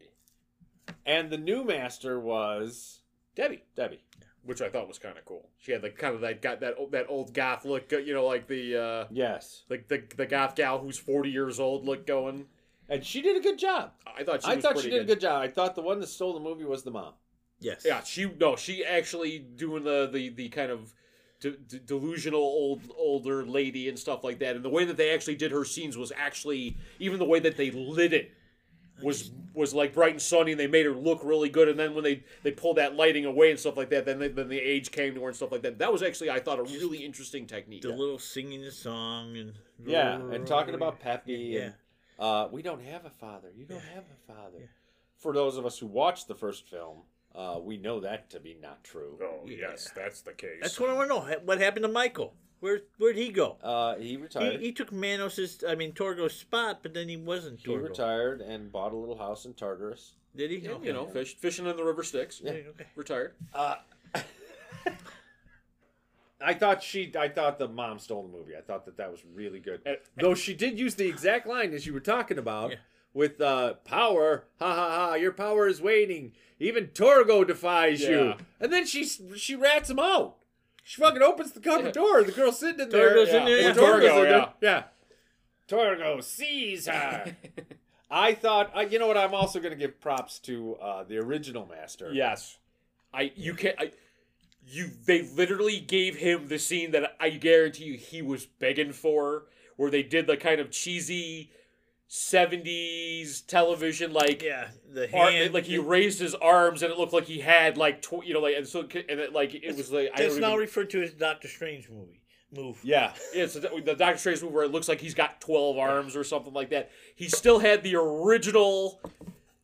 S3: and the new master was
S1: Debbie,
S3: Debbie.
S1: which I thought was kind of cool. She had the kind of that got that o- that old goth look, uh, you know, like the uh,
S3: Yes,
S1: like the the goth gal who's forty years old look going.
S3: and she did a good job.
S1: I thought she
S3: I
S1: was
S3: thought
S1: pretty
S3: she did a good job. I thought the one that stole the movie was the mom.
S6: Yes.
S1: Yeah, she no, she actually doing the the the kind of de- de- delusional old older lady and stuff like that. And the way that they actually did her scenes was actually even the way that they lit it was was like bright and sunny and they made her look really good and then when they they pulled that lighting away and stuff like that then they, then the age came to her and stuff like that that was actually i thought a really interesting technique
S6: The little singing the song and.
S3: Yeah, and talking about Peppy.
S6: Yeah.
S3: And, uh, we don't have a father. You don't have a father. For those of us who watched the first film, uh, we know that to be not true.
S1: oh
S6: yes,
S1: that's the case
S6: That's what I want to know. Ha- What happened to Michael? Where Where'd he go?
S3: Uh, he
S6: He,
S3: retired.
S6: he took Manos's, I mean Torgo's spot, but then he wasn't
S3: He
S6: Torgo.
S3: retired and bought a little house in Tartarus.
S6: Did he?
S1: you know fish, fishing in the river styx
S6: Yeah, okay.
S1: retired
S3: I thought she. I thought the mom stole the movie. I thought that that was really good.
S1: Uh,
S3: Though she did use the exact line as you were talking about
S6: Yeah.
S3: with uh, power. Ha ha ha! Your power is waning. Even Torgo defies you.
S1: Yeah.
S3: And then she s- she rats him out. She fucking opens the cupboard door. The girl's sitting in there.
S6: Torgo's
S1: yeah.
S6: in there.
S1: With
S6: yeah.
S1: Torgo,
S3: Torgo's in
S1: yeah.
S3: there. Yeah. Torgo sees her. I thought. Uh, you know what? I'm also going to give props to uh, the original master.
S1: Yes, I you can I you they literally gave him the scene that I guarantee you he was begging for, where they did the kind of cheesy '70s television like.
S6: Yeah, the
S1: Art,
S6: hand.
S1: like he raised his arms and it looked like he had like tw- you know like and so and it, like it was like I
S6: That's
S1: don't
S6: now
S1: even,
S6: referred to as Doctor Strange movie move.
S3: Yeah.
S1: yeah, it's the the Doctor Strange movie where it looks like he's got twelve arms or something like that. He still had the original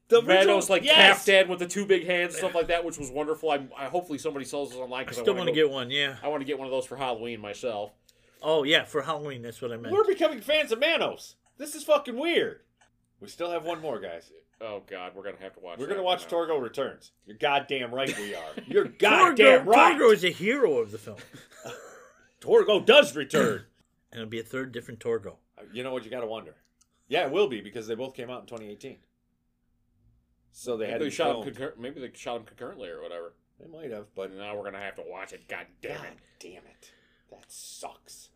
S3: The
S1: Manos like
S3: Yes!
S1: caftan with the two big hands stuff like that, which was wonderful. I, I hopefully somebody sells this online
S6: I
S1: because I,
S6: still
S1: want
S6: want to get one. Yeah.
S1: I want to get one of those for Halloween myself.
S6: Oh yeah, for Halloween. That's what I meant.
S3: We're becoming fans of Manos. This is fucking weird. We still have one more, guys.
S1: Oh God, we're gonna have to watch.
S3: We're
S1: that
S3: gonna watch
S1: now.
S3: Torgo Returns. You're goddamn right we are. You're
S6: Torgo,
S3: goddamn right.
S6: Torgo is a hero of the film,
S3: Torgo does return. Uh,
S6: and it'll be a third different Torgo.
S3: you know what? You gotta wonder. Yeah, it will be because they both came out in 2018. So they
S1: Maybe
S3: had
S1: they
S3: to
S1: shot him
S3: film.
S1: concur- Maybe they shot him concurrently or whatever.
S3: They might have, but
S1: But now we're gonna have to watch it. God damn
S3: God
S1: it!
S3: damn it, that sucks.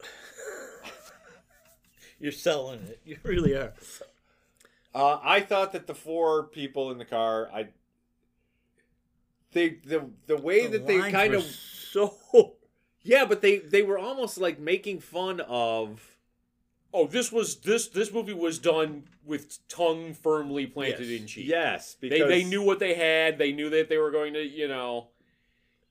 S6: You're selling it. You really are.
S3: Uh, I thought that the four people in the car, I they the the way
S6: The
S3: that they
S6: lines
S3: kind
S6: were
S3: of
S6: so
S3: Yeah, but they they were almost like making fun of.
S1: Oh, this was this this movie was done with tongue firmly planted
S6: Yes.
S1: in cheek.
S3: Yes,
S1: they
S3: because
S1: they knew what they had. They knew that they were going to you know.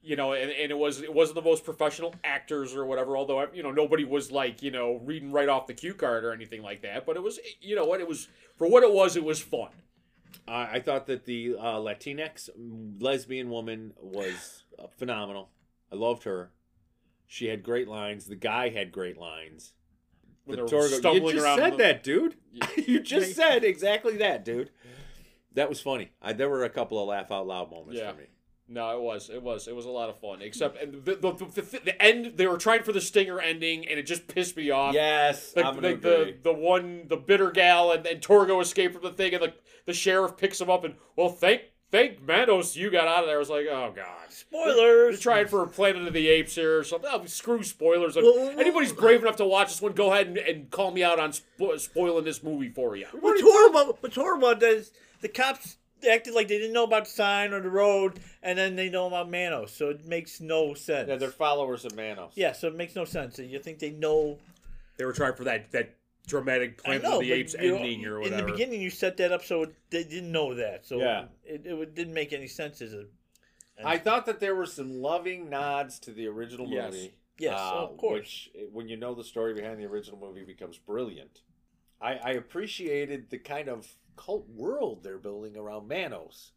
S1: You know, and, and it was it wasn't the most professional actors or whatever. Although you know nobody was like you know reading right off the cue card or anything like that. But it was you know what it was for what it was. It was fun.
S3: I, I thought that the uh, Latinx lesbian woman was uh, phenomenal. I loved her. She had great lines. The guy had great lines.
S1: When
S3: the
S1: they're
S3: Torgo,
S1: stumbling
S3: you just
S1: around
S3: said
S1: in the-
S3: that, dude. you just said exactly that, dude. That was funny. I, there were a couple of laugh out loud moments
S1: Yeah.
S3: for me.
S1: No, it was. It was. It was a lot of fun. Except and the, the, the, the, the end, they were trying for the stinger ending, and it just pissed me off.
S3: Yes,
S1: Like,
S3: I'm gonna
S1: like Uh, the,
S3: agree.
S1: the one, the bitter gal, and, and Torgo escaped from the thing, and the, the sheriff picks him up, and, well, thank thank Manos you got out of there. I was like, oh, God. They're
S2: Spoilers.
S1: trying for Planet of the Apes here or something. Oh, screw spoilers.
S2: Well, well,
S1: Anybody's
S2: well-
S1: brave enough to watch this one, go ahead and, and call me out on spo- spoiling this movie for you.
S2: What's horrible? What's horrible is the cops acted like they didn't know about the sign or the road, and then they know about Manos, so it makes no sense.
S3: Yeah, they're followers of Manos.
S2: Yeah, so it makes no sense. You think they know?
S1: They were trying for that that dramatic
S2: I
S1: Planet
S2: know,
S1: of the
S2: but
S1: Apes
S2: you know,
S1: ending or
S2: In
S1: whatever.
S2: the beginning, you set that up so it, they didn't know that. So
S3: Yeah.
S2: it, it, would- didn't make any sense. As a,
S3: I thought that there were some loving nods to the original
S1: Yes.
S3: movie.
S2: yes,
S1: Ah,
S3: uh,
S2: of course.
S3: Which, when you know the story behind the original movie, becomes brilliant. I, I appreciated the kind of cult world they're building around Manos.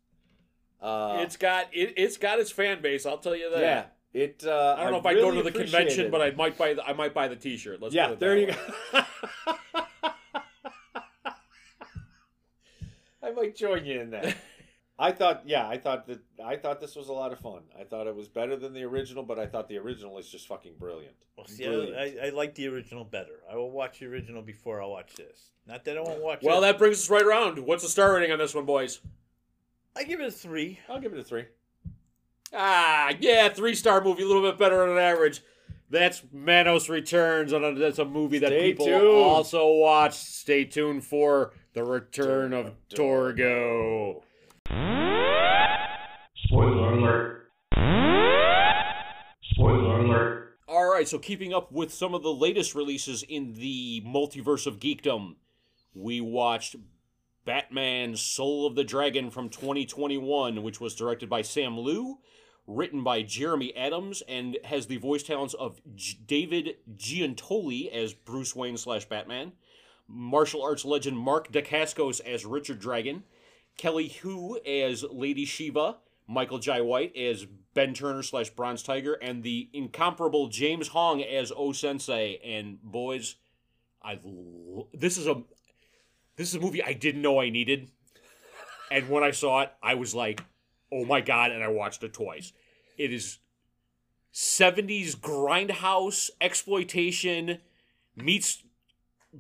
S3: Uh,
S1: it's got it, it's got its fan base. I'll tell you that.
S3: yeah. It. Uh,
S1: I don't know if I'd go to the convention, but I might buy the I might buy the T-shirt. Let's put
S3: yeah,
S1: it
S3: there
S1: that
S3: you
S1: way.
S3: go. I might join you in that. I thought, yeah, I thought that I thought this was a lot of fun. I thought it was better than the original, but I thought the original is just fucking brilliant.
S2: Well, see, I,
S3: Brilliant.
S2: I, I like the original better. I will watch the original before I watch this. Not that I won't watch.
S1: Well,
S2: it.
S1: that brings us right around. What's the star rating on this one, boys?
S2: I give it a three.
S3: I'll give it a three.
S1: Ah, yeah, three star movie, a little bit better on average. That's Manos Returns, and uh, that's a movie that
S3: Stay
S1: people
S3: tuned.
S1: also watch. Stay tuned for the Return of Torgo.
S7: Spoiler alert. Spoiler alert.
S1: All right, so keeping up with some of the latest releases in the multiverse of geekdom, we watched Batman Soul of the Dragon from 2021, which was directed by Sam Liu, written by Jeremy Adams, and has the voice talents of G- David Giantoli as Bruce Wayne slash Batman, martial arts legend Mark Dacascos as Richard Dragon, Kelly Hu as Lady Shiva, Michael Jai White as Ben Turner slash Bronze Tiger, and the incomparable James Hong as O Sensei. And boys, I lo- this is a this is a movie I didn't know I needed, and when I saw it, I was like, oh my god! And I watched it twice. It is seventies grindhouse exploitation meets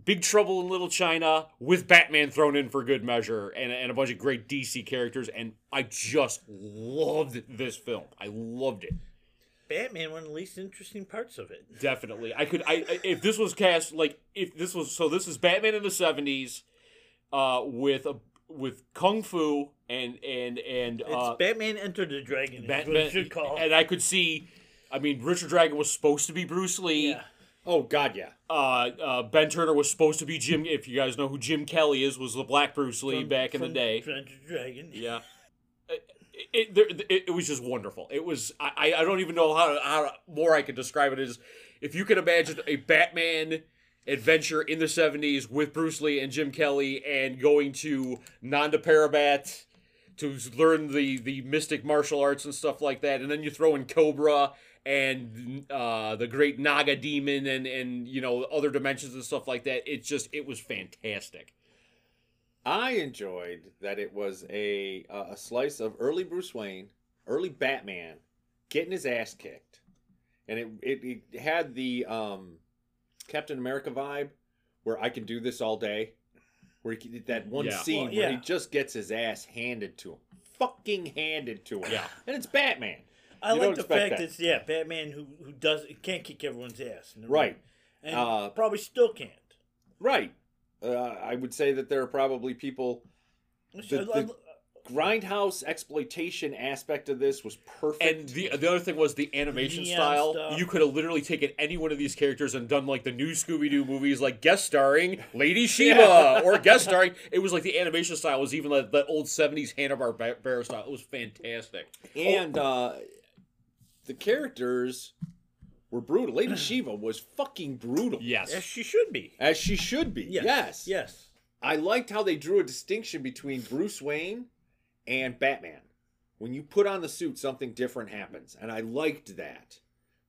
S1: Big Trouble in Little China with Batman thrown in for good measure and, and a bunch of great DC characters. And I just loved this film. I loved it.
S2: Batman, one of the least interesting parts of it.
S1: Definitely. I could, I, I if this was cast, like, if this was, so this is Batman in the 70s uh, with a, with Kung Fu and, and, and,
S2: It's
S1: uh,
S2: Batman Enter the Dragon. That's what
S1: Batman.
S2: it should call.
S1: And I could see, I mean, Richard Dragon was supposed to be Bruce Lee.
S2: yeah.
S3: Oh God, yeah.
S1: uh, uh, Ben Turner was supposed to be Jim. If you guys know who Jim Kelly is, was the Black Bruce Lee back in the
S2: From-
S1: day.
S2: from Enter the Dragon.
S1: Yeah, it, it, there- it, it was just wonderful. It was I, I I don't even know how how more I could describe it is if you can imagine a Batman adventure in the '70s with Bruce Lee and Jim Kelly and going to Nanda Parabat to learn the the mystic martial arts and stuff like that, and then you throw in Cobra and uh, the great Naga demon and and you know other dimensions and stuff like that. It's just it was fantastic.
S3: I enjoyed that it was a uh, a slice of early Bruce Wayne, early Batman, getting his ass kicked, and it it, it had the um, Captain America vibe, where I can do this all day, where he can, that one
S1: Yeah.
S3: scene
S2: Well,
S3: where he
S2: yeah.
S3: just gets his ass handed to him, fucking handed to him,
S1: Yeah.
S3: and it's Batman,
S2: I
S3: You
S2: like
S3: don't
S2: the
S3: expect
S2: fact
S3: that.
S2: that it's yeah, Batman who who does can't kick everyone's ass. in the
S3: right,
S2: ring. And
S3: Uh,
S2: probably still can't.
S3: right. Uh, I would say that there are probably people the-
S2: I- I-
S3: the- grindhouse exploitation aspect of this was perfect.
S1: And the the other thing was the animation
S2: Neon
S1: style.
S2: stuff.
S1: You could have literally taken any one of these characters and done like the new Scooby Doo movies, like guest starring Lady Shiva
S3: Yeah.
S1: or guest starring. It was like the animation style was even like that old seventies Hanna Barbera style. It was fantastic.
S3: and uh, the characters were brutal. Lady Shiva was fucking brutal,
S1: Yes,
S2: yes, she should be.
S3: as she should be. Yes,
S2: Yes.
S3: I liked how they drew a distinction between Bruce Wayne and Batman. When you put on the suit, something different happens, and I liked that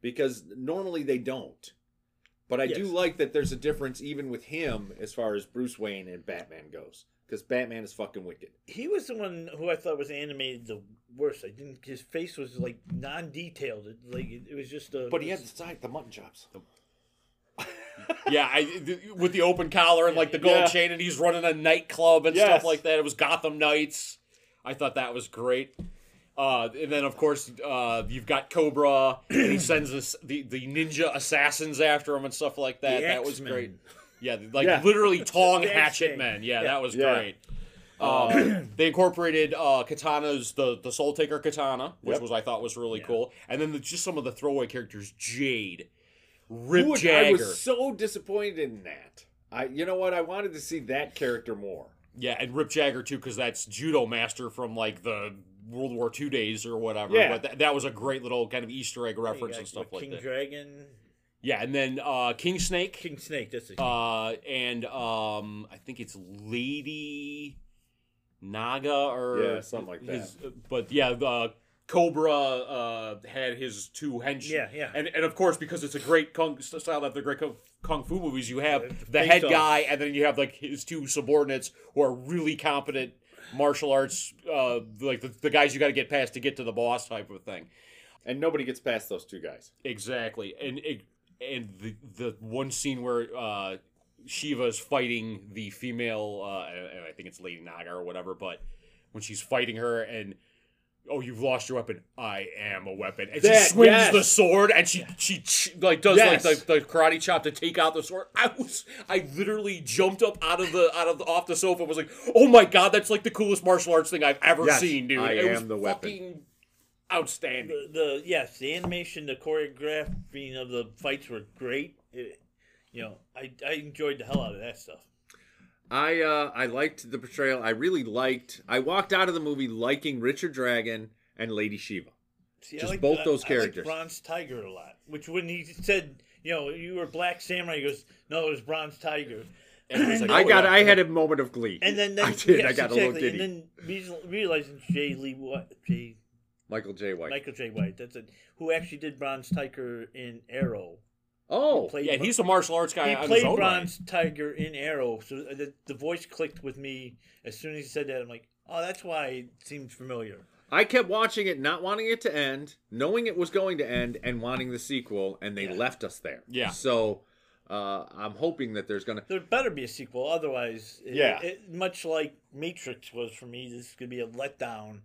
S3: because normally they don't. But I do
S2: Yes.
S3: like that there's a difference even with him as far as Bruce Wayne and Batman goes because Batman is fucking wicked.
S2: He was the one who I thought was animated the worst. I didn't. His face was like non-detailed. It, like it, it was just a.
S3: But he had the side, the mutton chops.
S1: Yeah, I, th- with the open collar and like the gold
S3: Yeah.
S1: chain, and he's running a nightclub and stuff
S3: Yes.
S1: like that. It was Gotham Knights. I thought that was great. Uh, and then of course uh, you've got Cobra. and he sends this, the the ninja assassins after him and stuff like that.
S2: The
S1: that was
S2: X-Men.
S1: great. Yeah, like
S3: Yeah.
S1: literally tong
S2: That's
S1: hatchet
S2: it.
S1: men. Yeah,
S2: Yeah.
S1: that was
S3: Yeah. Um,
S1: great. Uh, they incorporated uh, katanas, the the Soul Taker katana, which
S3: Yep.
S1: was I thought was really
S2: Yeah.
S1: cool, and then the, just some of the throwaway characters, Jade,
S3: Who
S1: Rip
S3: would-
S1: Jagger.
S3: I was so disappointed in that. I, you know what? I wanted to see that character more.
S1: Yeah, and Rip Jagger too, because that's judo master from like the World War II days or whatever.
S3: Yeah.
S1: But that, that was a great little kind of Easter egg
S2: Yeah,
S1: reference
S2: yeah,
S1: and stuff like
S2: King
S1: that.
S2: Dragon,
S1: yeah, and then uh, King Snake,
S2: King Snake. That's it.
S1: uh, and um, I think it's Lady Naga or
S3: Yeah, something like that.
S1: his- but yeah, the Cobra uh, had his two henchmen.
S2: yeah, yeah.
S1: And, and of course, because it's a great kung style of the great kung, kung fu movies, you have the
S2: face
S1: head
S2: off.
S1: guy, and then you have like his two subordinates who are really competent martial arts, uh, like the, the guys you got to get past to get to the boss type of thing.
S3: And nobody gets past those two guys.
S1: Exactly, and it, and the the one scene where uh, Shiva's fighting the female, uh, and I think it's Lady Naga or whatever, but when she's fighting her and. Oh, you've lost your weapon. I am a weapon, and
S3: That-
S1: she swings
S3: yes.
S1: the sword, and she she, ch- like does like
S3: Yes.
S1: the, the karate chop to take out the sword. I was I literally jumped up out of the out of the, off the sofa. and Was like, oh my god, that's like the coolest martial arts thing I've ever
S8: Yes,
S1: seen, dude.
S8: I
S1: it was
S8: am the weapon.
S1: fucking outstanding.
S2: the, the yes, the animation, the choreographing of the fights were great. It, you know, I, I enjoyed the hell out of that stuff.
S8: I uh, I liked the portrayal. I really liked. I walked out of the movie liking Richard Dragon and Lady Shiva.
S2: See,
S8: Just
S2: liked-
S8: both those
S2: liked
S8: characters.
S2: Bronze Tiger a lot. Which when he said, you know, you were Black Samurai, he goes, no, it was Bronze Tiger.
S1: Everybody's like,
S8: I
S1: "Oh,
S8: got.
S1: yeah."
S8: I had a moment of glee.
S2: And then, then
S8: I did. I
S2: yes,
S8: got a little
S2: exactly.
S8: giddy.
S2: And then reas- realizing Jay Lee what Jay
S8: Michael J. White.
S2: Michael J White, that's it, who actually did Bronze Tiger in Arrow.
S8: oh,
S2: Played
S1: Yeah,
S2: Bro-
S1: he's a martial arts guy.
S2: he
S1: on his
S2: played
S1: own
S2: Bronze Tiger in Arrow, so the, the voice clicked with me as soon as he said that. I'm like, oh, that's why it seems familiar.
S8: I kept watching it, not wanting it to end, knowing it was going to end, and wanting the sequel, and they
S2: Yeah.
S8: left us there.
S1: Yeah.
S8: So uh, I'm hoping that there's gonna.
S2: There better be a sequel, otherwise, it,
S3: Yeah.
S2: it- much like Matrix was for me, this is gonna be a letdown.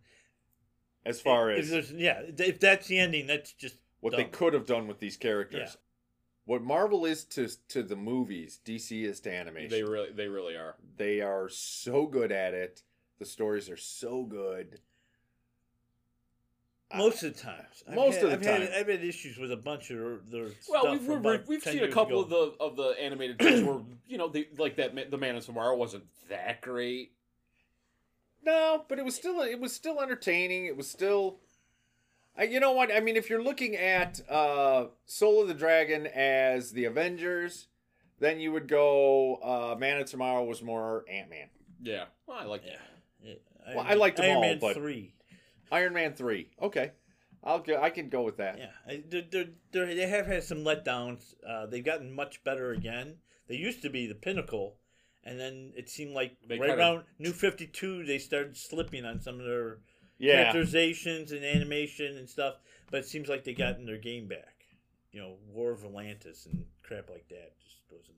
S3: As far
S2: If
S3: as
S2: there's- yeah, if that's the ending, that's just
S3: what they
S2: dumb.
S3: could have done with these characters. What Marvel is to to the movies, DC is to
S1: Line.
S3: animation.
S1: They really, they really are.
S3: they are so good at it. The stories are so good. I-
S2: Most of the times, I've
S3: Most
S2: had-
S3: of the
S2: I've had-
S3: time.
S2: I've had issues with a bunch of their
S1: Well,
S2: stuff
S1: we've
S2: from
S1: we've,
S2: about
S1: we've
S2: 10
S1: seen a
S2: years
S1: couple
S2: ago.
S1: of the of the animated films where you know, they, like that, Ma- the Man of Tomorrow wasn't that great.
S3: no, but it was still it was still entertaining. It was still, I, you know what I mean. If you're looking at uh, Soul of the Dragon as the Avengers, then you would go uh, Man of Tomorrow was more Ant Man,
S1: Yeah, well, I like that.
S2: Yeah. Yeah,
S3: Well,
S2: Iron
S3: I liked them
S2: Iron
S3: all,
S2: Man
S3: but-
S2: three.
S3: Iron Man three. Okay, I'll go. I can go with that.
S2: Yeah, I- they're, they're, they're, they have had some letdowns. Uh, they've gotten much better again. They used to be the pinnacle, and then it seemed like
S1: They
S2: right
S1: kinda-
S2: around New Fifty Two, they started slipping on some of their
S3: yeah.
S2: characterizations and animation and stuff. But it seems like they gotten their game back. You know, War of Atlantis and crap like that just wasn't.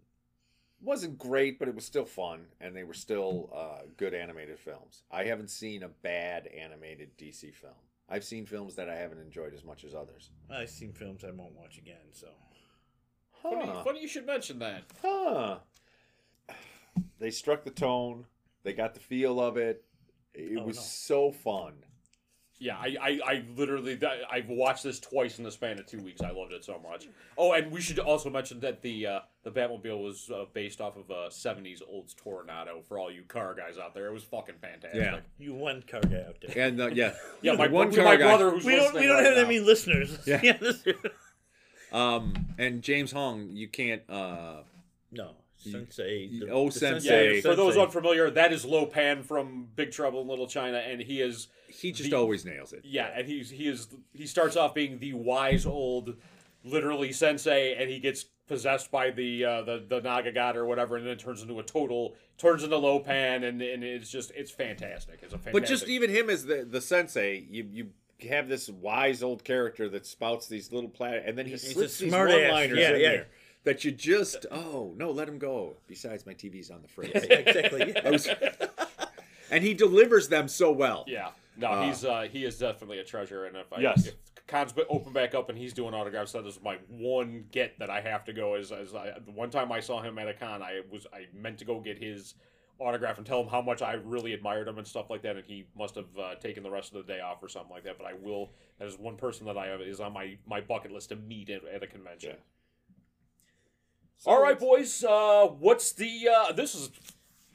S3: wasn't great, but it was still fun, and they were still uh, good animated films. I haven't seen a bad animated DC film. I've seen films that I haven't enjoyed as much as others.
S2: I've seen films I won't watch again. So
S1: Funny,
S3: Huh.
S1: funny you should mention that.
S3: Huh. They struck the tone. They got the feel of it. It
S2: Oh,
S3: was
S2: no.
S3: so fun.
S1: Yeah, I, I, I literally, I- I've watched this twice in the span of two weeks. I loved it so much. Oh, and we should also mention that the uh, the Batmobile was uh, based off of a '70s old Tornado. For all you car guys out there, it was fucking fantastic.
S8: Yeah.
S2: you one car guy out there.
S8: And uh, yeah,
S1: yeah. My,
S8: one
S1: one
S8: car
S1: my
S8: guy.
S1: brother, who's
S2: We don't.
S1: listening
S2: We don't
S1: right
S2: have that
S1: now.
S2: many listeners.
S8: Yeah.
S2: this-
S8: Um, and James Hong, you can't. Uh,
S2: no.
S6: Sensei. the-
S5: Oh,
S6: the
S5: Sensei.
S1: Yeah, for those unfamiliar, that is Lo Pan from Big Trouble in Little China, and he is
S5: He just
S1: The-
S5: always nails it.
S1: yeah, and he's he is he starts off being the wise old, literally sensei, and he gets possessed by the uh, the the Naga god or whatever, and then turns into a total turns into Lo Pan, and and it's just it's fantastic. It's a fantastic.
S5: But just e- even him as the the sensei, you you have this wise old character that spouts these little plat, and then he
S6: a
S5: slips these
S6: smart
S5: one
S6: ass.
S5: liners
S6: Yeah,
S5: in
S6: yeah.
S5: there that you just oh no, let him go. Besides, my TV's on the fridge,
S6: Exactly. yeah.
S5: I was- and he delivers them so well.
S1: yeah. No, he's uh, he is definitely a treasure, and if I,
S2: Yes.
S1: if cons open back up and he's doing autographs, that is my one get that I have to go. Is as I, the one time I saw him at a con, I was I meant to go get his autograph and tell him how much I really admired him and stuff like that, and he must have uh, taken the rest of the day off or something like that. But I will. That is one person that I have is on my my bucket list to meet at, at a convention. All right, boys. Uh, what's the? Uh, this is.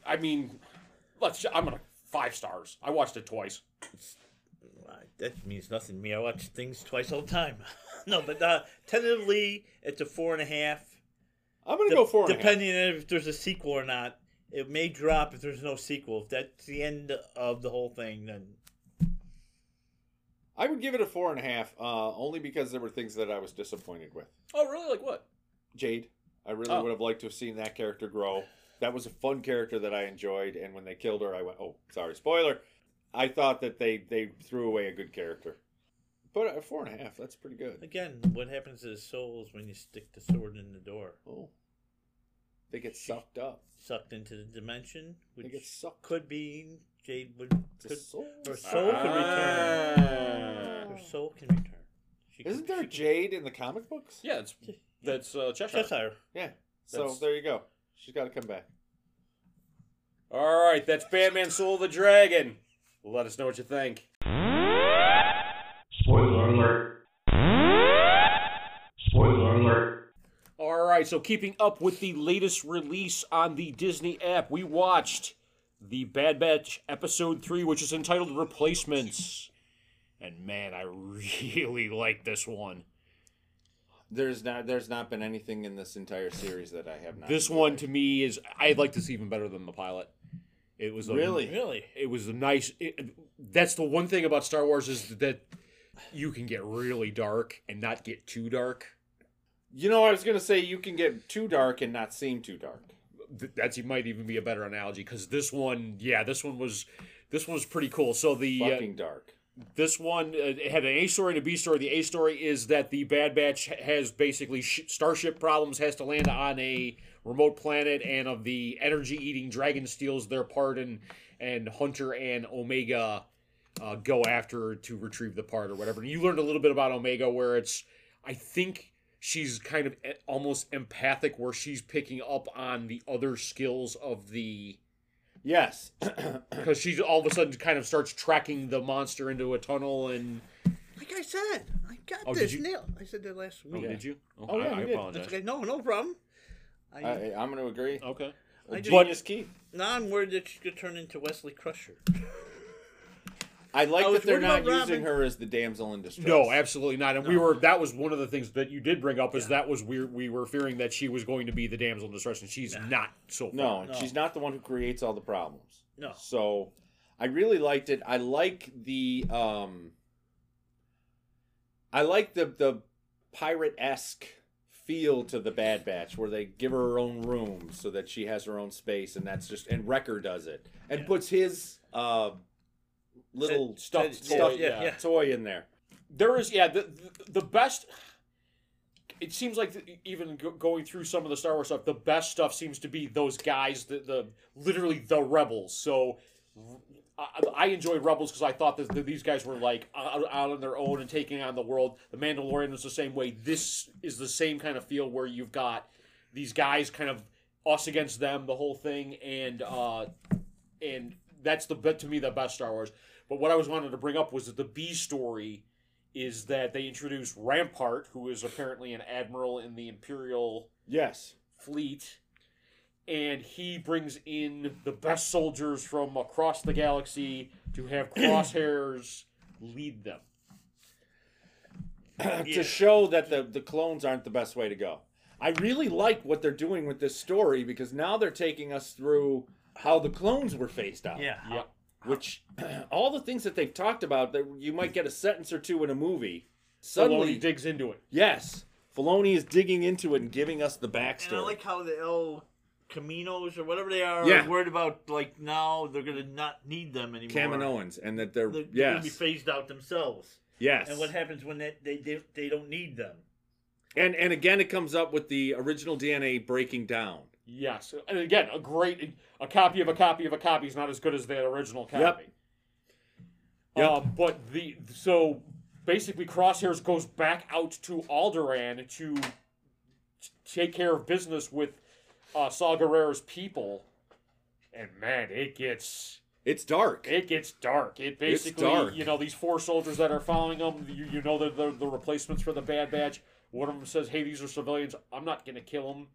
S1: I mean, let's. I'm gonna five stars. I watched it twice.
S6: Uh, That means nothing to me. I watch things twice all the time. no, but uh, tentatively, it's a four and a half.
S3: I'm gonna go four and a half.
S6: Depending on if there's a sequel or not, it may drop if there's no sequel. If that's the end of the whole thing, then
S3: I would give it a four and a half, uh, only because there were things that I was disappointed with.
S1: Oh, really? Like what?
S3: Jade, I really
S1: Oh.
S3: would have liked to have seen that character grow. That was a fun character that I enjoyed, and when they killed her, I went, "Oh, sorry, spoiler." I thought that they they threw away a good character, but a four and a half, that's pretty good.
S6: again, what happens to the souls when you stick the sword in the door?
S3: Oh, they get sucked up.
S6: Sucked into the dimension,
S3: They
S6: which
S3: get sucked.
S6: could be Jade would
S3: It's a
S6: could
S3: soul.
S6: her soul can
S3: Ah.
S6: return.
S1: Oh. Ah.
S6: Her soul can return. She could-
S3: Isn't there
S6: she could-
S3: Jade in the comic books?
S1: Yeah, it's that's uh, Cheshire.
S6: Cheshire?
S3: Yeah. So
S1: That's-
S3: there you go. She's got to come back.
S1: All right, that's Batman: Soul of the Dragon. Let us know what you think.
S9: Spoiler alert. Spoiler alert.
S1: All right, so keeping up with the latest release on the Disney app, we watched the Bad Batch episode three, which is entitled "Replacements." And man, I really like this one.
S3: There's not there's not been anything in this entire series that I have not.
S1: This
S3: enjoyed.
S1: one to me is I like this even better than the pilot. It was a,
S3: Really?
S6: Really?
S1: it was a nice it, that's the one thing about star wars is that you can get really dark and not get too dark
S3: You know, I was gonna say you can get too dark and not seem too dark.
S1: Th- that's it might even be a better analogy because this one yeah this one was this one was pretty cool so the uh,
S3: Fucking dark.
S1: this one uh, it had an a story and a b story the a story is that the bad batch ha- has basically sh- starship problems has to land on a remote planet and of the energy eating dragon steals their part and and hunter and omega uh, go after to retrieve the part or whatever. And you learned a little bit about Omega, where it's, I think she's kind of e- almost empathic, where she's picking up on the other skills of the.
S3: Yes.
S1: Because she's all of a sudden kind of starts tracking the monster into a tunnel and.
S6: Like I said, I got
S1: Oh, did
S6: this
S1: you-
S6: nail. I said that last
S1: Oh,
S6: week.
S1: did you? Oh,
S3: yeah,
S1: I, I
S3: you did.
S1: apologize.
S6: That's okay. No, no problem. I,
S3: I, I'm gonna agree.
S1: Okay.
S6: I just,
S3: Genius Keith.
S6: now I'm worried that she's gonna turn into Wesley Crusher.
S3: I like
S6: I was
S3: that they're
S6: worried
S3: not
S6: Oh, about
S3: using
S6: Robin.
S3: her as the damsel in distress.
S1: No, absolutely not. And we were that was one of the things that you did bring up is that was we we were fearing that she was going to be the damsel in distress, and she's not so far.
S3: No,
S6: No.
S3: she's not the one who creates all the problems.
S6: No.
S3: So I really liked it. I like the um I like the the pirate esque feel to the Bad Batch where they give her her own room so that she has her own space and that's just and Wrecker does it. And
S6: Yeah.
S3: puts his uh little stuffed
S6: yeah,
S3: stuffed
S6: yeah, yeah.
S3: toy in there.
S1: there is yeah the the, the best it seems like the, even go, going through some of the star wars stuff the best stuff seems to be those guys the, the literally the rebels so I, I enjoyed Rebels because I thought that that these guys were like out, out on their own and taking on the world. The Mandalorian was the same way. This is the same kind of feel where you've got these guys kind of us against them, the whole thing, and uh, and that's the be- to me the best Star Wars. But what I was wanted to bring up was that the B story is that they introduced Rampart, who is apparently an admiral in the Imperial
S3: Yes.
S1: fleet and he brings in the best soldiers from across the galaxy to have crosshairs lead them
S3: to show that the, the clones aren't the best way to go. I really like what they're doing with this story because now they're taking us through how the clones were phased out.
S6: Yeah.
S1: Yep.
S3: Which all the things that they've talked about that you might get a sentence or two in a movie.
S1: Suddenly
S3: Suddenly,
S1: Filoni digs into it.
S3: yes, Filoni is digging into it and giving us the backstory.
S2: And I like how the El Caminos or whatever they are
S5: Yeah.
S2: are worried about like now they're gonna not need them anymore.
S3: Cam and Owens, and that they're,
S2: They're, they're gonna be
S3: yes,
S2: phased out themselves.
S3: yes,
S6: And what happens when they they, they, they don't need them?
S3: and and again it comes up with the original DNA breaking down.
S1: Yes, and again, a great a copy of a copy of a copy is not as good as the original copy.
S3: Yep.
S1: Uh, but the so basically, Crosshairs goes back out to Alderan to t- take care of business with uh, Saw Gerrera's people, and man, it gets
S3: It's dark.
S1: it gets dark. It basically,
S3: dark.
S1: you know, these four soldiers that are following them, you, you know, they're, they're the replacements for the Bad Batch. One of them says, "Hey, these are civilians. I'm not gonna kill them.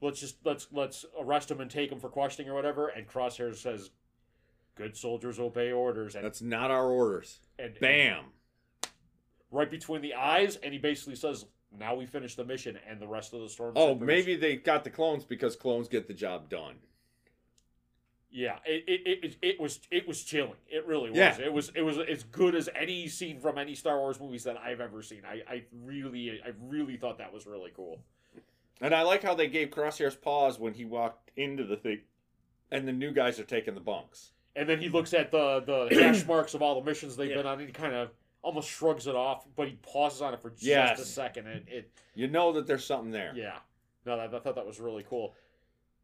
S1: Let's just let's let's arrest them and take them for questioning or whatever." And Crosshair says, "Good soldiers obey orders." And
S3: That's not our orders.
S1: and, and
S3: Bam.
S1: right between the eyes, and he basically says, "Now we finish the mission, and the rest of the storm."
S3: Oh, maybe they got the clones because clones get the job done.
S1: Yeah, it it, it it was it was chilling. It really was.
S3: Yeah.
S1: It was it was as good as any scene from any Star Wars movies that I've ever seen. I, I really I really thought that was really cool.
S3: And I like how they gave Crosshair's pause when he walked into the thing, and the new guys are taking the bunks.
S1: And then he looks at the the hash marks of all the missions they've been on and he kind of almost shrugs it off, but he pauses on it for just a
S3: Yes.
S1: second. And it
S3: You know that there's something there.
S1: yeah. No, I, I thought that was really cool.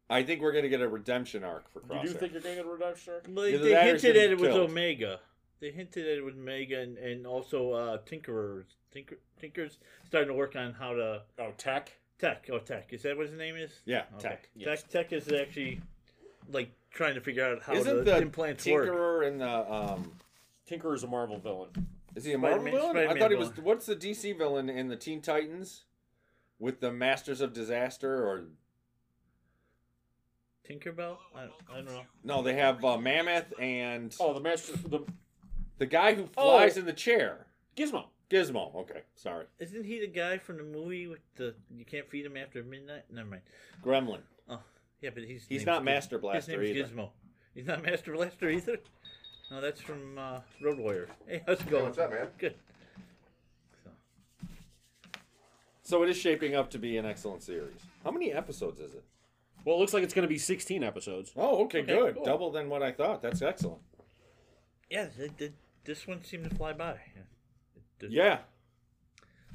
S3: I think we're gonna get a redemption arc for Crosshair.
S1: You do think you're going to redemption? Arc?
S6: Well,
S3: Either
S6: they
S3: that or he's
S6: hinted
S3: gonna
S6: at it
S3: be
S6: with
S3: killed.
S6: Omega. They hinted at it with Omega and, and also uh, Tinkerers. Tinker, Tinker's starting to work on how to
S1: Oh, Tech.
S6: Tech. Oh, Tech. Is that what his name is?
S3: yeah,
S6: Okay.
S3: tech.
S1: Yes.
S6: Tech. Tech is actually like trying to figure out how
S3: Isn't
S6: the,
S3: the
S6: implants work.
S3: Tinkerer and the um,
S1: Tinker is a Marvel villain.
S3: is he a Marvel
S6: Spider-Man-
S3: villain? I
S6: Spider-Man
S3: thought he was.
S6: villain.
S3: What's the DC villain in the Teen Titans? With the Masters of Disaster, or
S6: Tinkerbell. I, I don't know.
S3: no, they have uh, Mammoth and
S1: Oh, the master the
S3: the guy who
S1: Oh.
S3: flies in the chair,
S1: Gizmo.
S3: Gizmo. Okay, sorry,
S6: Isn't he the guy from the movie with the you can't feed him after midnight? Never mind.
S3: Gremlin.
S6: Oh, yeah, but he's
S3: He's
S6: name's
S3: not
S6: Giz-
S3: Master
S6: His
S3: Blaster
S6: name's
S3: either.
S6: Gizmo. He's not Master Blaster either. No, that's from uh, Road Warrior. Hey, how's it going?
S10: what's up, man?
S6: Good.
S3: So it is shaping up to be an excellent series. How many episodes is it?
S1: Well, it looks like it's going to be 16 episodes.
S3: Oh, okay,
S6: Okay,
S3: good.
S6: cool.
S3: Double than what I thought. That's excellent.
S6: Yeah, th th this one seemed to fly by. Th-
S3: Yeah.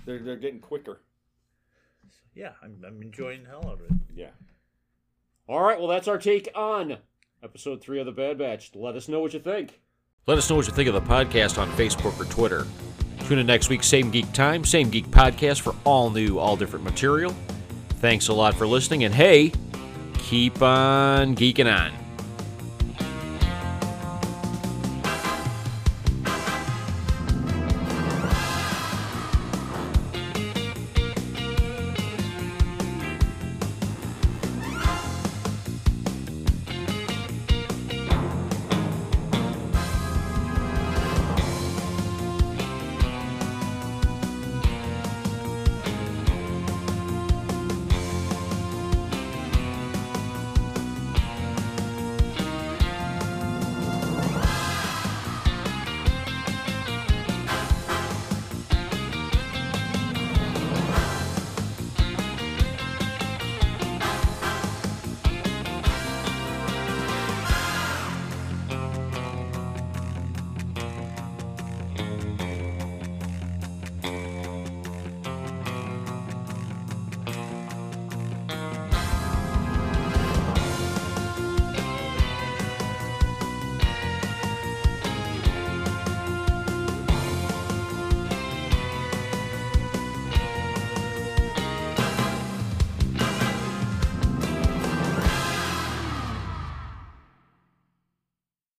S3: They're, they're getting quicker.
S6: Yeah, I'm, I'm enjoying the hell out of it.
S3: Yeah.
S1: All right, well, that's our take on episode three of The Bad Batch. Let us know what you think. Let us know what you think of the podcast on Facebook or Twitter. Tune in next week, same geek time, same geek podcast for all new, all different material. Thanks a lot for listening, and hey, keep on geeking on.